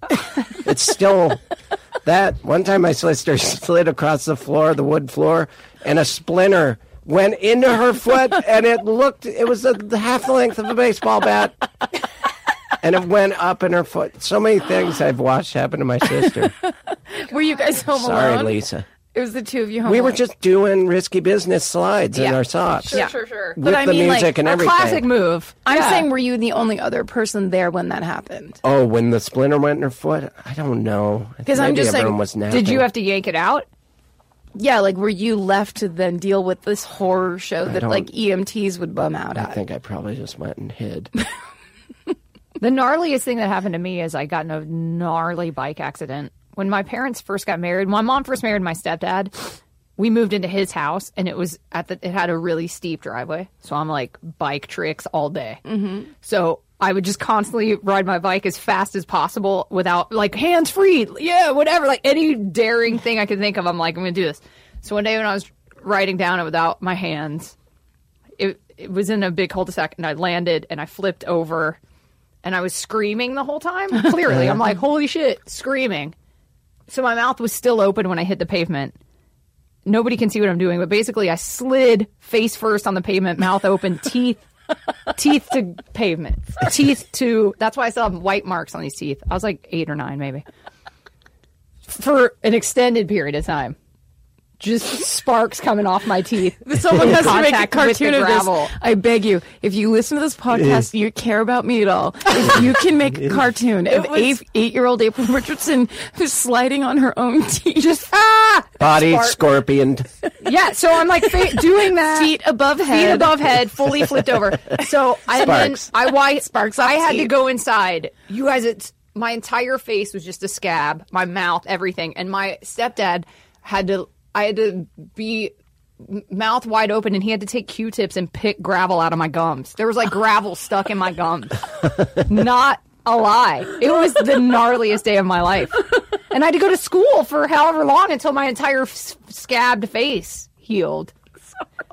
Speaker 2: it's still that. One time, my sister slid across the floor, the wood floor, and a splinter went into her foot, and it looked. It was the the half the length of a baseball bat. And it went up in her foot. So many things I've watched happen to my sister.
Speaker 3: Were you guys home
Speaker 2: Sorry,
Speaker 3: alone?
Speaker 2: Lisa.
Speaker 3: It was the two of you home.
Speaker 2: We
Speaker 3: alone.
Speaker 2: were just doing risky business slides in
Speaker 3: Yeah.
Speaker 2: our socks.
Speaker 5: Sure,
Speaker 3: Yeah.
Speaker 5: sure, sure.
Speaker 2: With
Speaker 3: I
Speaker 2: the
Speaker 3: mean, like,
Speaker 2: music and
Speaker 3: a
Speaker 2: everything.
Speaker 4: Classic move.
Speaker 3: I'm
Speaker 4: Yeah.
Speaker 3: saying, were you the only other person there when that happened?
Speaker 2: Oh, when the splinter went in her foot? I don't know.
Speaker 3: Because I'm
Speaker 2: Maybe
Speaker 3: just like,
Speaker 2: everyone was napping.
Speaker 4: Did you have to yank it out?
Speaker 3: Yeah, like were you left to then deal with this horror show that
Speaker 2: don't-
Speaker 3: like EMTs would bum out
Speaker 2: I
Speaker 3: at?
Speaker 2: think I probably just went and hid.
Speaker 4: The gnarliest thing that happened to me is I got in a gnarly bike accident. When my parents first got married, my mom first married my stepdad. We moved into his house and it was at the it had a really steep driveway. So I'm like bike tricks all day. Mm-hmm. So I would just constantly ride my bike as fast as possible without like hands free, yeah, whatever, like any daring thing I could think of. I'm like I'm gonna do this. So one day when I was writing down it without my hands. It it was in a big cul-de-sac, and I landed and I flipped over, and I was screaming the whole time. Clearly, I'm like, holy shit, screaming. So my mouth was still open when I hit the pavement. Nobody can see what I'm doing, but basically, I slid face first on the pavement, mouth open, teeth. teeth to pavement, teeth to. That's why I still have white marks on these teeth. I was like eight or nine, maybe for an extended period of time. Just sparks coming off my teeth.
Speaker 3: Someone
Speaker 4: in
Speaker 3: has to make a
Speaker 4: contact with the
Speaker 3: cartoon of
Speaker 4: gravel.
Speaker 3: this. I beg you, if you listen to this podcast, you care about me at all. If you can make a cartoon of eight, eight-year-old April Richardson who's sliding on her own teeth, just
Speaker 4: Ah!
Speaker 2: Body scorpion.
Speaker 4: Yeah, so I'm like fa- doing that.
Speaker 3: feet above head.
Speaker 4: Feet above head, fully flipped over. So I then
Speaker 2: Sparks.
Speaker 4: I why sparks. I had to
Speaker 3: teeth.
Speaker 4: go inside. You guys, it's my entire face was just a scab, my mouth, everything, and my stepdad had to. I had to be m- mouth wide open, and he had to take Q-tips and pick gravel out of my gums. There was like gravel stuck in my gums. Not a lie. It was the gnarliest day of my life. And I had to go to school for however long until my entire s- scabbed face healed.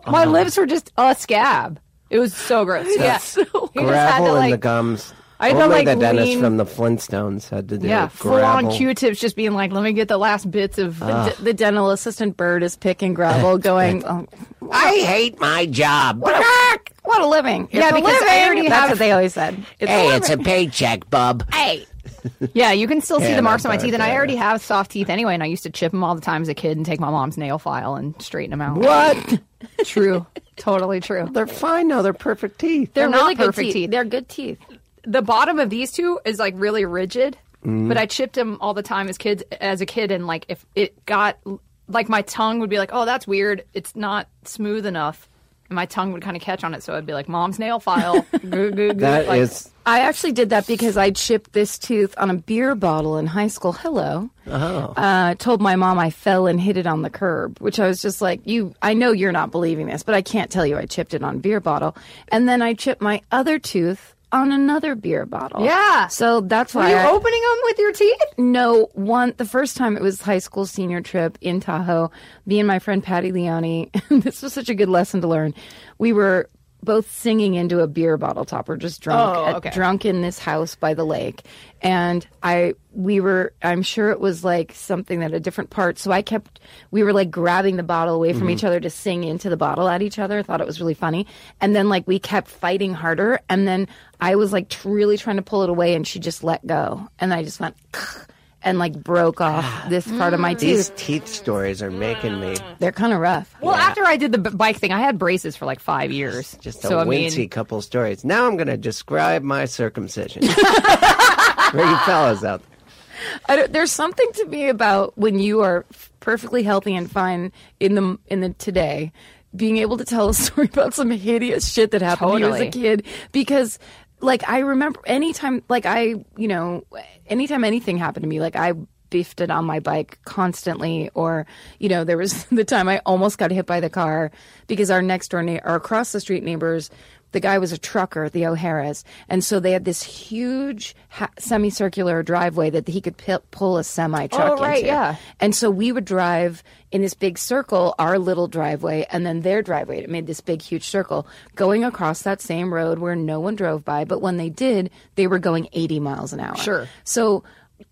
Speaker 4: My lips were just a scab. It was so gross. Yeah. He just had
Speaker 2: gravel
Speaker 4: to,
Speaker 2: in
Speaker 4: like,
Speaker 2: the gums.
Speaker 4: I had to,
Speaker 2: Only
Speaker 4: like,
Speaker 2: the dentist
Speaker 4: lean-
Speaker 2: from the Flintstones had to do
Speaker 4: Yeah,
Speaker 2: it.
Speaker 4: full on
Speaker 2: Gravel.
Speaker 4: Q-tips, just being like, "Let me get the last bits of."
Speaker 3: The, the dental assistant bird is picking gravel, going, oh,
Speaker 2: I hate my job.
Speaker 3: "What a living!" It's
Speaker 4: Yeah,
Speaker 3: a
Speaker 4: because I
Speaker 3: living.
Speaker 4: already
Speaker 3: That's
Speaker 4: have-
Speaker 3: what they always said. It's a
Speaker 2: Hey,
Speaker 3: living.
Speaker 2: it's a paycheck, bub.
Speaker 4: Hey, yeah, you can still see
Speaker 2: Yeah,
Speaker 4: the marks on my
Speaker 2: no,
Speaker 4: teeth, and I
Speaker 2: yeah.
Speaker 4: already have soft teeth anyway. And I used to chip them all the time as a kid, and take my mom's nail file and straighten them out.
Speaker 2: What?
Speaker 4: True, totally true.
Speaker 2: They're fine. No, they're perfect teeth.
Speaker 4: They're, not
Speaker 3: really good
Speaker 4: perfect teeth.
Speaker 3: They're good teeth.
Speaker 4: the bottom of these two is like really rigid,
Speaker 2: Mm-hmm.
Speaker 4: but I chipped them all the time as kids as a kid and like if it got like my tongue would be like, "Oh, that's weird. It's not smooth enough." And my tongue would kind of catch on it, so I'd be like, "Mom's nail file." goo, goo, goo.
Speaker 2: That is
Speaker 4: like,
Speaker 3: I actually did that because I chipped this tooth on a beer bottle in high school. Hello. Uh, told my mom I fell and hit it on the curb, which I was just like, "You, I know you're not believing this, but I can't tell you I chipped it on a beer bottle." And then I chipped my other tooth on another beer bottle.
Speaker 4: Yeah.
Speaker 3: So that's
Speaker 4: Were
Speaker 3: why
Speaker 4: you
Speaker 3: I,
Speaker 4: opening them with your teeth?
Speaker 3: no one the first time it was high school senior trip in tahoe me and my friend patty leone this was such a good lesson to learn we were both singing into a beer bottle topper just drunk
Speaker 4: Oh,
Speaker 3: at-
Speaker 4: okay.
Speaker 3: drunk in this house by the lake and i we were i'm sure it was like something that a different part so i kept we were like grabbing the bottle away from each other to sing into the bottle at each other thought it was really funny and then like we kept fighting harder and then i was like tr- really trying to pull it away and she just let go and i just went and like broke off this part of my
Speaker 2: These
Speaker 3: teeth
Speaker 2: teeth stories are making me
Speaker 3: they're kind of rough
Speaker 4: Well, after I did the b- bike thing, I had braces for like five years.
Speaker 2: just a
Speaker 4: so I
Speaker 2: wincy
Speaker 4: mean,
Speaker 2: couple stories. Now I'm going to describe my circumcision. For you fellas out there.
Speaker 3: I don't, there's something to me about when you are f- perfectly healthy and fine in the in the today, being able to tell a story about some hideous shit that happened to you as
Speaker 4: Totally.
Speaker 3: a kid because. Like I remember anytime like I, you know, anytime anything happened to me, like I biffed it on my bike constantly or, you know, there was the time I almost got hit by the car because our next door neighbor, or across the street neighbors, the guy was a trucker, the O'Hara's, and so they had this huge ha- semicircular driveway that he could pi- pull a semi truck
Speaker 4: Oh, right,
Speaker 3: into.
Speaker 4: yeah.
Speaker 3: And so we would drive in this big circle, our little driveway, and then their driveway. It made this big, huge circle going across that same road where no one drove by. But when they did, they were going 80 miles an hour.
Speaker 4: Sure.
Speaker 3: So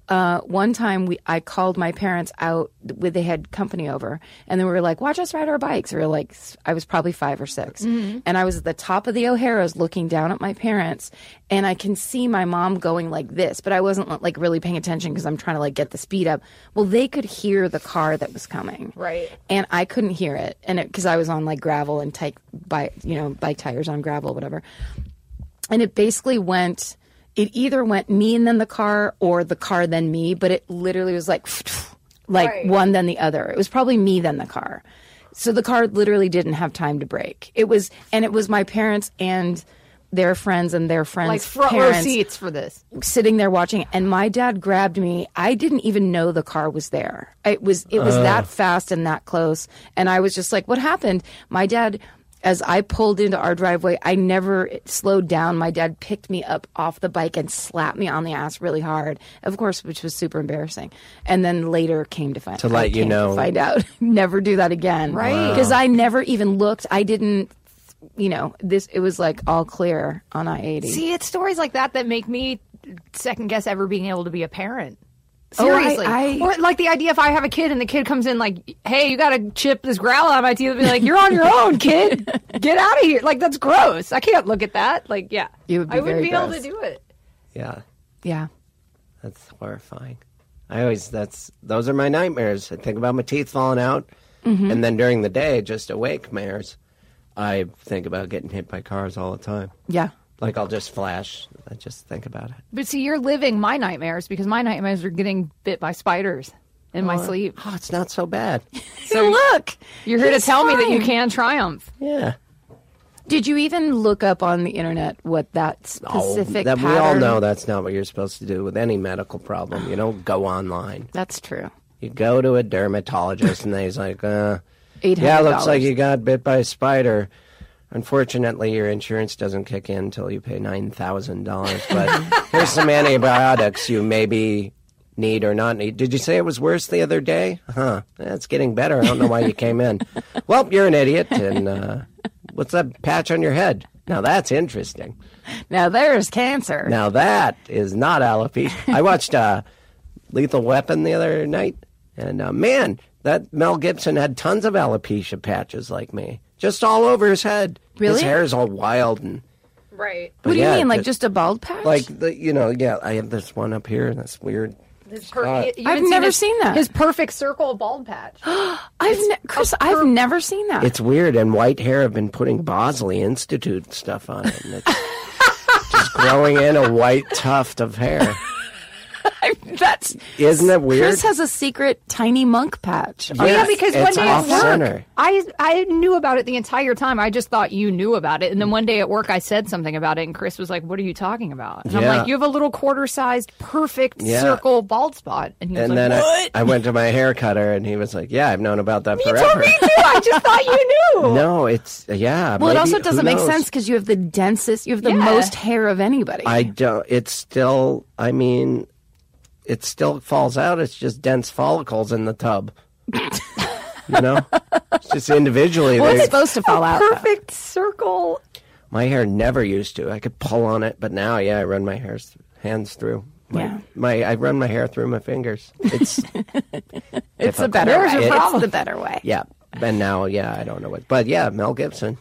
Speaker 3: uh, one time we, I called my parents out with, they had company over and they were like, watch us ride our bikes. We were like, s- I was probably five or 6 And I was at the top of the O'Hara's looking down at my parents and I can see my mom going like this, but I wasn't like really paying attention because I'm trying to like get the speed up. Well, they could hear the car that was coming.
Speaker 4: Right.
Speaker 3: And I couldn't hear it. And it, cause I was on like gravel and tight bike, you know, bike tires on gravel, whatever and it basically went it either went me and then the car or the car then me but it literally was like like one then the other it was probably me then the car so the car literally didn't have time to brake it was and it was my parents and their friends and their friends
Speaker 4: like front
Speaker 3: parents
Speaker 4: row seats for this.
Speaker 3: sitting there watching and my dad grabbed me i didn't even know the car was there it was it was that fast and that close and i was just like what happened my dad as I pulled into our driveway, I never slowed down. My dad picked me up off the bike and slapped me on the ass really hard, of course, which was super embarrassing. And then later came to find
Speaker 2: To let
Speaker 3: I
Speaker 2: you
Speaker 3: came
Speaker 2: know.
Speaker 3: find out, never do that again, right? Because I never even looked. I didn't, you know, this. It was like all clear on I eighty.
Speaker 4: See, it's stories like that that make me second guess ever being able to be a parent.
Speaker 3: Oh, I-
Speaker 4: Seriously,
Speaker 3: I-
Speaker 4: or like the idea if I have a kid and the kid comes in like, "Hey, you got to chip this growl out of my teeth," I'd be like, "You're on your own, kid. Get out of here!" Like that's gross. I can't look at that. Like, yeah,
Speaker 3: You would be
Speaker 4: I wouldn't
Speaker 3: very
Speaker 4: be able
Speaker 3: gross.
Speaker 4: to do it.
Speaker 2: Yeah,
Speaker 3: Yeah.
Speaker 2: that's horrifying. I always that's those are my nightmares. I think about my teeth falling out,
Speaker 4: Mm-hmm.
Speaker 2: and then during the day, just awake mares. I think about getting hit by cars all the time.
Speaker 3: Yeah.
Speaker 2: Like I'll just flash. I just think about it.
Speaker 4: But see, you're living my nightmares because my nightmares are getting bit by spiders in my sleep.
Speaker 2: Oh, it's not so bad.
Speaker 4: So look, you're here to
Speaker 3: he's
Speaker 4: tell me that you
Speaker 3: fine.
Speaker 4: can triumph.
Speaker 2: Yeah.
Speaker 3: Did you even look up on the internet what that specific
Speaker 2: that
Speaker 3: pattern?
Speaker 2: we all know that's not what you're supposed to do with any medical problem. You don't go online.
Speaker 3: That's true.
Speaker 2: You go to a dermatologist and he's like, uh,
Speaker 3: $800.
Speaker 2: yeah, looks like you got bit by a spider. Unfortunately, your insurance doesn't kick in until you pay nine thousand dollars. But here's some antibiotics you maybe need or not need. Did you say it was worse the other day? Huh? That's getting better. I don't know why you came in. Well, you're an idiot. And uh, what's that patch on your head? Now that's interesting.
Speaker 3: Now there's cancer.
Speaker 2: Now that is not alopecia. I watched uh, Lethal Weapon the other night, and uh, man, that Mel Gibson had tons of alopecia patches like me, just all over his head. His
Speaker 3: Really?
Speaker 2: hair is all wild and.
Speaker 5: Right.
Speaker 3: What do
Speaker 2: yeah,
Speaker 3: you mean, like
Speaker 2: the-
Speaker 3: just a bald patch?
Speaker 2: Like the, you know, yeah. I have this one up here, and that's weird.
Speaker 5: Her-
Speaker 2: Scott.
Speaker 5: you
Speaker 3: I've
Speaker 5: haven't seen
Speaker 3: never
Speaker 5: his-
Speaker 3: seen that.
Speaker 4: His perfect circle bald patch.
Speaker 3: I've ne- Chris, I've never seen that.
Speaker 2: It's weird, and white hair have been putting Bosley Institute stuff on it. And it's just growing in a white tuft of hair.
Speaker 3: That's
Speaker 2: Isn't it weird?
Speaker 3: Chris has a secret tiny monk patch.
Speaker 2: Yeah,
Speaker 4: oh, yeah, because
Speaker 2: it's
Speaker 4: one day
Speaker 2: off
Speaker 4: at work,
Speaker 2: center.
Speaker 4: I I knew about it the entire time. I just thought you knew about it, and then one day at work, I said something about it, and Chris was like, "What are you talking about?" And I'm
Speaker 2: Yeah.
Speaker 4: like, "You have a little quarter-sized, perfect
Speaker 2: Yeah.
Speaker 4: circle bald spot," and he was
Speaker 2: And
Speaker 4: like,
Speaker 2: then
Speaker 4: "What?"
Speaker 2: I, I went to my hair cutter, and he was like, "Yeah, I've known about that forever."
Speaker 4: I just thought you knew.
Speaker 2: No, it's yeah.
Speaker 3: Well, it
Speaker 2: maybe-
Speaker 3: also
Speaker 2: who
Speaker 3: doesn't make
Speaker 2: knows?
Speaker 3: sense because you have the densest, you have the
Speaker 4: Yeah.
Speaker 3: most hair of anybody.
Speaker 2: I don't. It's still. I mean, it still falls out. It's just dense follicles in the tub. you know, it's just individually.
Speaker 3: well, it's
Speaker 2: they-
Speaker 3: supposed to fall out. though.
Speaker 4: Perfect circle.
Speaker 2: my hair never used to. I could pull on it, but now, yeah, I run my hair hands through. My,
Speaker 3: Yeah.
Speaker 2: my I run my hair through my fingers. It's
Speaker 3: It's the better.
Speaker 2: There's your
Speaker 3: way. It's
Speaker 2: problem.
Speaker 3: the better way.
Speaker 2: yeah. And now, yeah, I don't know what, but yeah, Mel Gibson.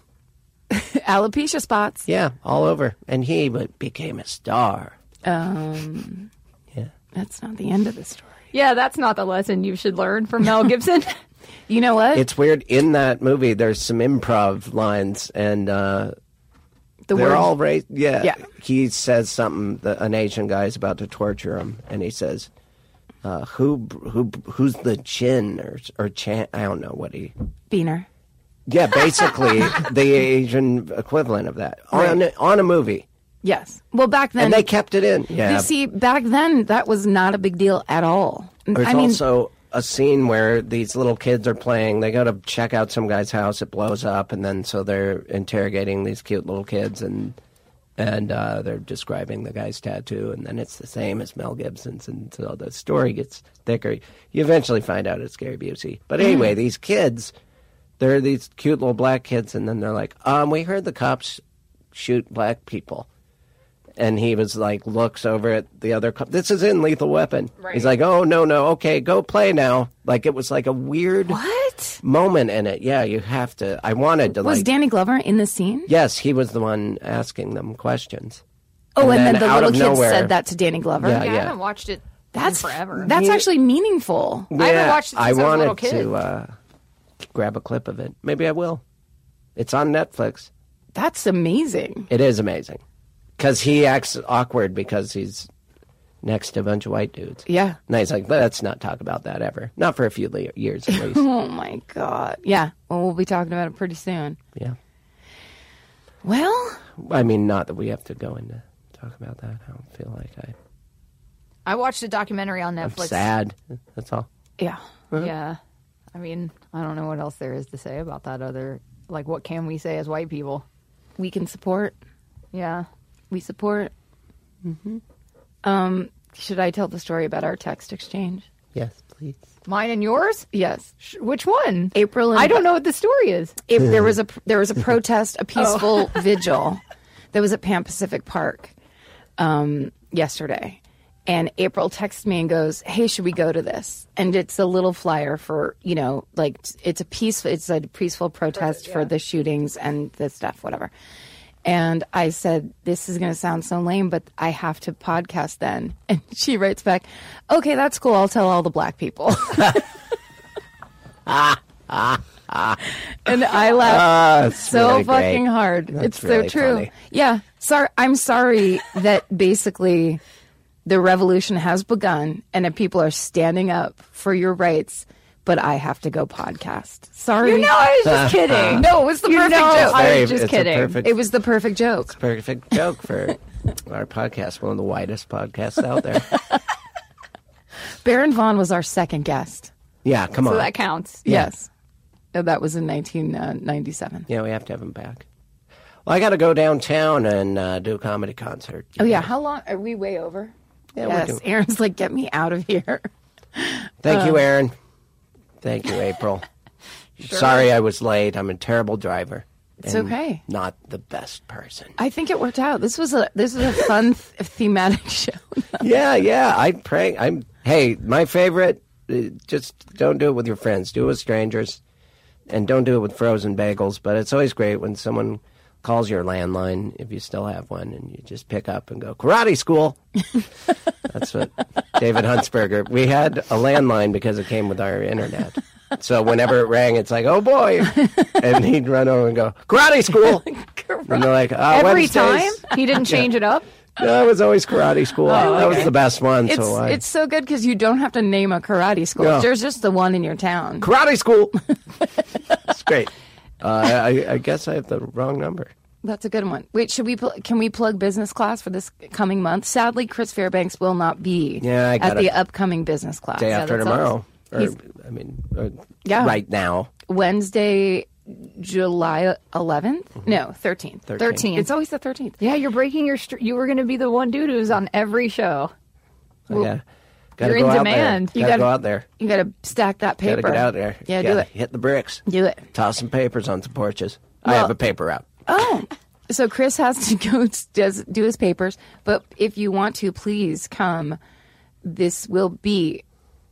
Speaker 3: Alopecia spots.
Speaker 2: Yeah, all over, and he w- became a star.
Speaker 3: Um,
Speaker 2: Yeah.
Speaker 3: that's not the end of the story.
Speaker 4: Yeah, that's not the lesson you should learn from Mel Gibson.
Speaker 3: You know what?
Speaker 2: It's weird in that movie. There's some improv lines, and uh,
Speaker 3: the
Speaker 2: they're
Speaker 3: word
Speaker 2: all raised. Yeah,
Speaker 3: Yeah.
Speaker 2: He says something. The, an Asian guy is about to torture him, and he says, uh, "Who, who, who's the chin or or chan? I don't know what he."
Speaker 3: beaner.
Speaker 2: Yeah, basically the Asian equivalent of that on a, on a movie,
Speaker 3: Yes. Well, back then
Speaker 2: and they kept it in. Yeah,
Speaker 3: You see, back then that was not a big deal at all.
Speaker 2: There's
Speaker 3: I mean,
Speaker 2: also a scene where these little kids are playing. They go to check out some guy's house. It blows up, and then so they're interrogating these cute little kids, and and uh, they're describing the guy's tattoo, and then it's the same as Mel Gibson's, and so the story gets thicker. You eventually find out it's Gary Busey, but anyway,
Speaker 3: Mm.
Speaker 2: these kids, they're these cute little black kids, and then they're like, um, we heard the cops shoot black people and he was like looks over at the other co- this is in lethal weapon
Speaker 5: Right.
Speaker 2: he's like oh no no okay go play now like it was like a weird
Speaker 3: what
Speaker 2: moment in it yeah you have to i wanted to
Speaker 3: was
Speaker 2: like
Speaker 3: Danny Glover in the scene?
Speaker 2: yes he was the one asking them questions
Speaker 3: Oh, and,
Speaker 2: and
Speaker 3: then,
Speaker 2: then
Speaker 3: the
Speaker 2: out
Speaker 3: little
Speaker 2: of
Speaker 3: kid
Speaker 2: nowhere-
Speaker 3: said that to Danny Glover.
Speaker 2: Yeah,
Speaker 4: yeah, I
Speaker 2: yeah.
Speaker 4: haven't watched it.
Speaker 3: That's
Speaker 4: in forever.
Speaker 3: That's actually meaningful.
Speaker 4: I haven't
Speaker 2: Yeah,
Speaker 4: watched it since
Speaker 2: I
Speaker 4: I was a
Speaker 2: wanted
Speaker 4: little kid.
Speaker 2: to uh, grab a clip of it maybe i will it's on netflix
Speaker 3: That's amazing.
Speaker 2: it is amazing because he acts awkward because he's next to a bunch of white dudes
Speaker 3: Yeah.
Speaker 2: and he's like let's not talk about that ever not for a few le- years at least
Speaker 3: Oh my god. Yeah. Well, we'll be talking about it pretty soon.
Speaker 2: yeah
Speaker 3: Well,
Speaker 2: I mean, not that we have to go into talk about that. I don't feel like I,
Speaker 4: I watched a documentary on
Speaker 2: I'm
Speaker 4: Netflix.
Speaker 2: sad. That's all.
Speaker 3: yeah.
Speaker 4: Yeah. I mean, I don't know what else there is to say about that other like what can we say as white people?
Speaker 3: We can support.
Speaker 4: Yeah.
Speaker 3: We support. Mm-hmm. Um, should I tell the story about our text exchange?
Speaker 2: Yes, please.
Speaker 4: Mine and yours?
Speaker 3: Yes.
Speaker 4: Sh- Which one?
Speaker 3: April and
Speaker 4: I don't know what the story is.
Speaker 3: if there was a there was a protest, a peaceful vigil that was at Pan Pacific Park um, yesterday, and April texts me and goes, "Hey, should we go to this?" And it's a little flyer for you know, like it's a peaceful it's a peaceful protest for the shootings and the stuff, whatever. And I said, This is going to sound so lame, but I have to podcast then. And she writes back, Okay, that's cool. I'll tell all the black people. and I laughed
Speaker 2: Ah, That's
Speaker 3: so
Speaker 2: really great.
Speaker 3: fucking hard.
Speaker 2: That's
Speaker 3: it's
Speaker 2: really
Speaker 3: so true.
Speaker 2: funny.
Speaker 3: Yeah. Sorry, I'm sorry that basically the revolution has begun and that people are standing up for your rights, but I have to go podcast. Sorry.
Speaker 4: You know, I was just kidding.
Speaker 3: no, it was the
Speaker 4: You
Speaker 3: perfect
Speaker 4: know,
Speaker 3: joke.
Speaker 4: I
Speaker 2: Very-
Speaker 4: was just
Speaker 2: it's a
Speaker 4: kidding.
Speaker 2: perfect-
Speaker 3: it was the perfect joke.
Speaker 2: perfect joke for our podcast, one of the widest podcasts out there.
Speaker 3: Baron Vaughn was our second guest.
Speaker 2: Yeah, come
Speaker 4: So
Speaker 2: on.
Speaker 4: that counts.
Speaker 3: Yes. Uh, That was in uh, 1997.
Speaker 2: Yeah, we have to have him back. Well, I got to go downtown and uh, do a comedy concert.
Speaker 3: Oh, yeah. How long? Are we way over?
Speaker 2: Yeah, we're
Speaker 3: yes.
Speaker 2: doing-
Speaker 3: Aaron's like, get me out of here.
Speaker 2: Thank you, Aaron. Thank you, April. Sorry I was late. I'm a terrible driver. It's
Speaker 3: okay.
Speaker 2: Not the best person.
Speaker 3: I think it worked out. This was a this was a fun th- thematic show.
Speaker 2: yeah, yeah. I pray. I'm. Hey, my favorite. uh, Just don't do it with your friends. Do it with strangers, and don't do it with frozen bagels. But it's always great when someone calls your landline if you still have one, and you just pick up and go karate school. That's what David Huntsberger. We had a landline because it came with our internet. So whenever it rang, it's like, oh boy, and he'd run over and go karate school. And they're like, uh,
Speaker 4: Every
Speaker 2: Wednesdays.
Speaker 4: time he didn't change it up.
Speaker 2: No, it was always karate school. That was the best one.
Speaker 3: Oh, It's
Speaker 2: so I,
Speaker 3: it's so good because you don't have to name a karate school.
Speaker 2: Yeah.
Speaker 3: There's just the one in your town.
Speaker 2: karate school. it's great. Uh, I, I guess I have the wrong number.
Speaker 3: That's a good one. Wait, should we pl- can we plug business class for this coming month? Sadly, Chris Fairbanks will not be
Speaker 2: Yeah, I
Speaker 3: at
Speaker 2: gotta-
Speaker 3: the upcoming business class.
Speaker 2: Day
Speaker 3: Yeah,
Speaker 2: after
Speaker 3: that's
Speaker 2: tomorrow.
Speaker 3: all.
Speaker 2: Or,
Speaker 3: He's-
Speaker 2: I mean, or
Speaker 3: Yeah.
Speaker 2: right now.
Speaker 3: Wednesday, July 11th?
Speaker 2: Mm-hmm.
Speaker 3: No, 13th.
Speaker 2: 13th.
Speaker 3: It's always the 13th.
Speaker 4: Yeah, you're breaking your. Str- you were going to be the one dude who's on every show.
Speaker 2: So, yeah. Gotta
Speaker 4: you're in
Speaker 2: go out
Speaker 4: demand.
Speaker 2: There.
Speaker 4: You
Speaker 2: gotta,
Speaker 4: gotta-
Speaker 2: go out there.
Speaker 3: You got to stack that paper.
Speaker 2: Gotta get out there.
Speaker 3: Yeah,
Speaker 2: gotta
Speaker 3: do it.
Speaker 2: Hit the bricks.
Speaker 3: Do it.
Speaker 2: Toss some papers on some porches. I
Speaker 3: Well-
Speaker 2: have a paper out.
Speaker 3: Oh. So Chris has to go s- does, do his papers, but if you want to, please come. This will be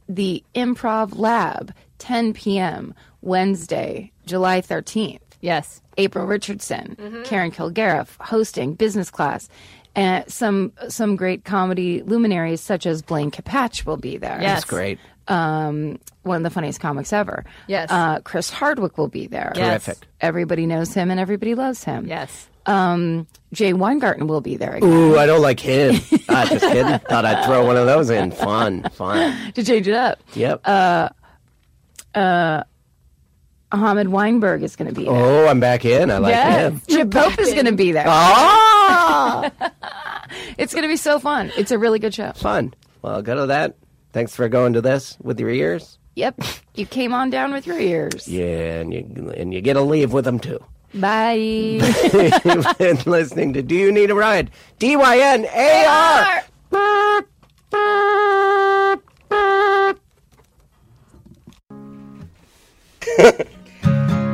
Speaker 3: the Improv Lab, 10 p.m. Wednesday, July 13th.
Speaker 4: Yes.
Speaker 3: April Richardson,
Speaker 4: Mm-hmm.
Speaker 3: Karen Kilgariff hosting business class, and some some great comedy luminaries such as Blaine Capatch will be there
Speaker 4: Yes.
Speaker 2: It's great.
Speaker 3: um, one of the funniest comics ever.
Speaker 4: Yes.
Speaker 3: Uh, Chris Hardwick will be there.
Speaker 4: Yes.
Speaker 2: Terrific.
Speaker 3: Everybody knows him and everybody loves him.
Speaker 4: Yes.
Speaker 3: Um, Jay Weingarten will be there again
Speaker 2: Ooh, I don't like him. ah, just kidding. Thought I'd throw one of those in. Fun, fun.
Speaker 3: to change it up.
Speaker 2: Yep.
Speaker 3: Uh, Ahmed Weinberg is going to be there.
Speaker 2: oh, I'm back in. I like him.
Speaker 3: Chip Pope Oh. is going to be there.
Speaker 2: Oh!
Speaker 3: It's going to be so fun. It's a really good show.
Speaker 2: fun. Well, go to that. Thanks for going to this with your ears.
Speaker 3: Yep. You came on down with your ears.
Speaker 2: Yeah, and you and you get to leave with them too.
Speaker 3: Bye.
Speaker 2: You've been listening to Do You Need a Ride? D Y N A R.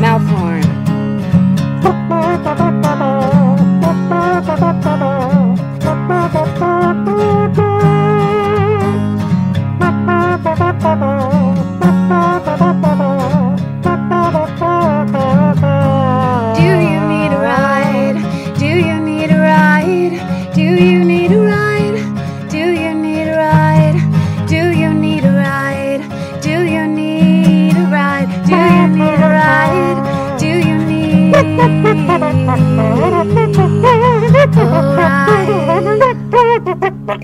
Speaker 1: Mouth horn. Do you need a ride? Do you need a ride? Do you need a ride? Do you need a ride? Do you need a ride? Do you need a ride? Do you need a ride? Do you need a
Speaker 7: Alright.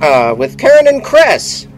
Speaker 1: uh, with Karen and Chris.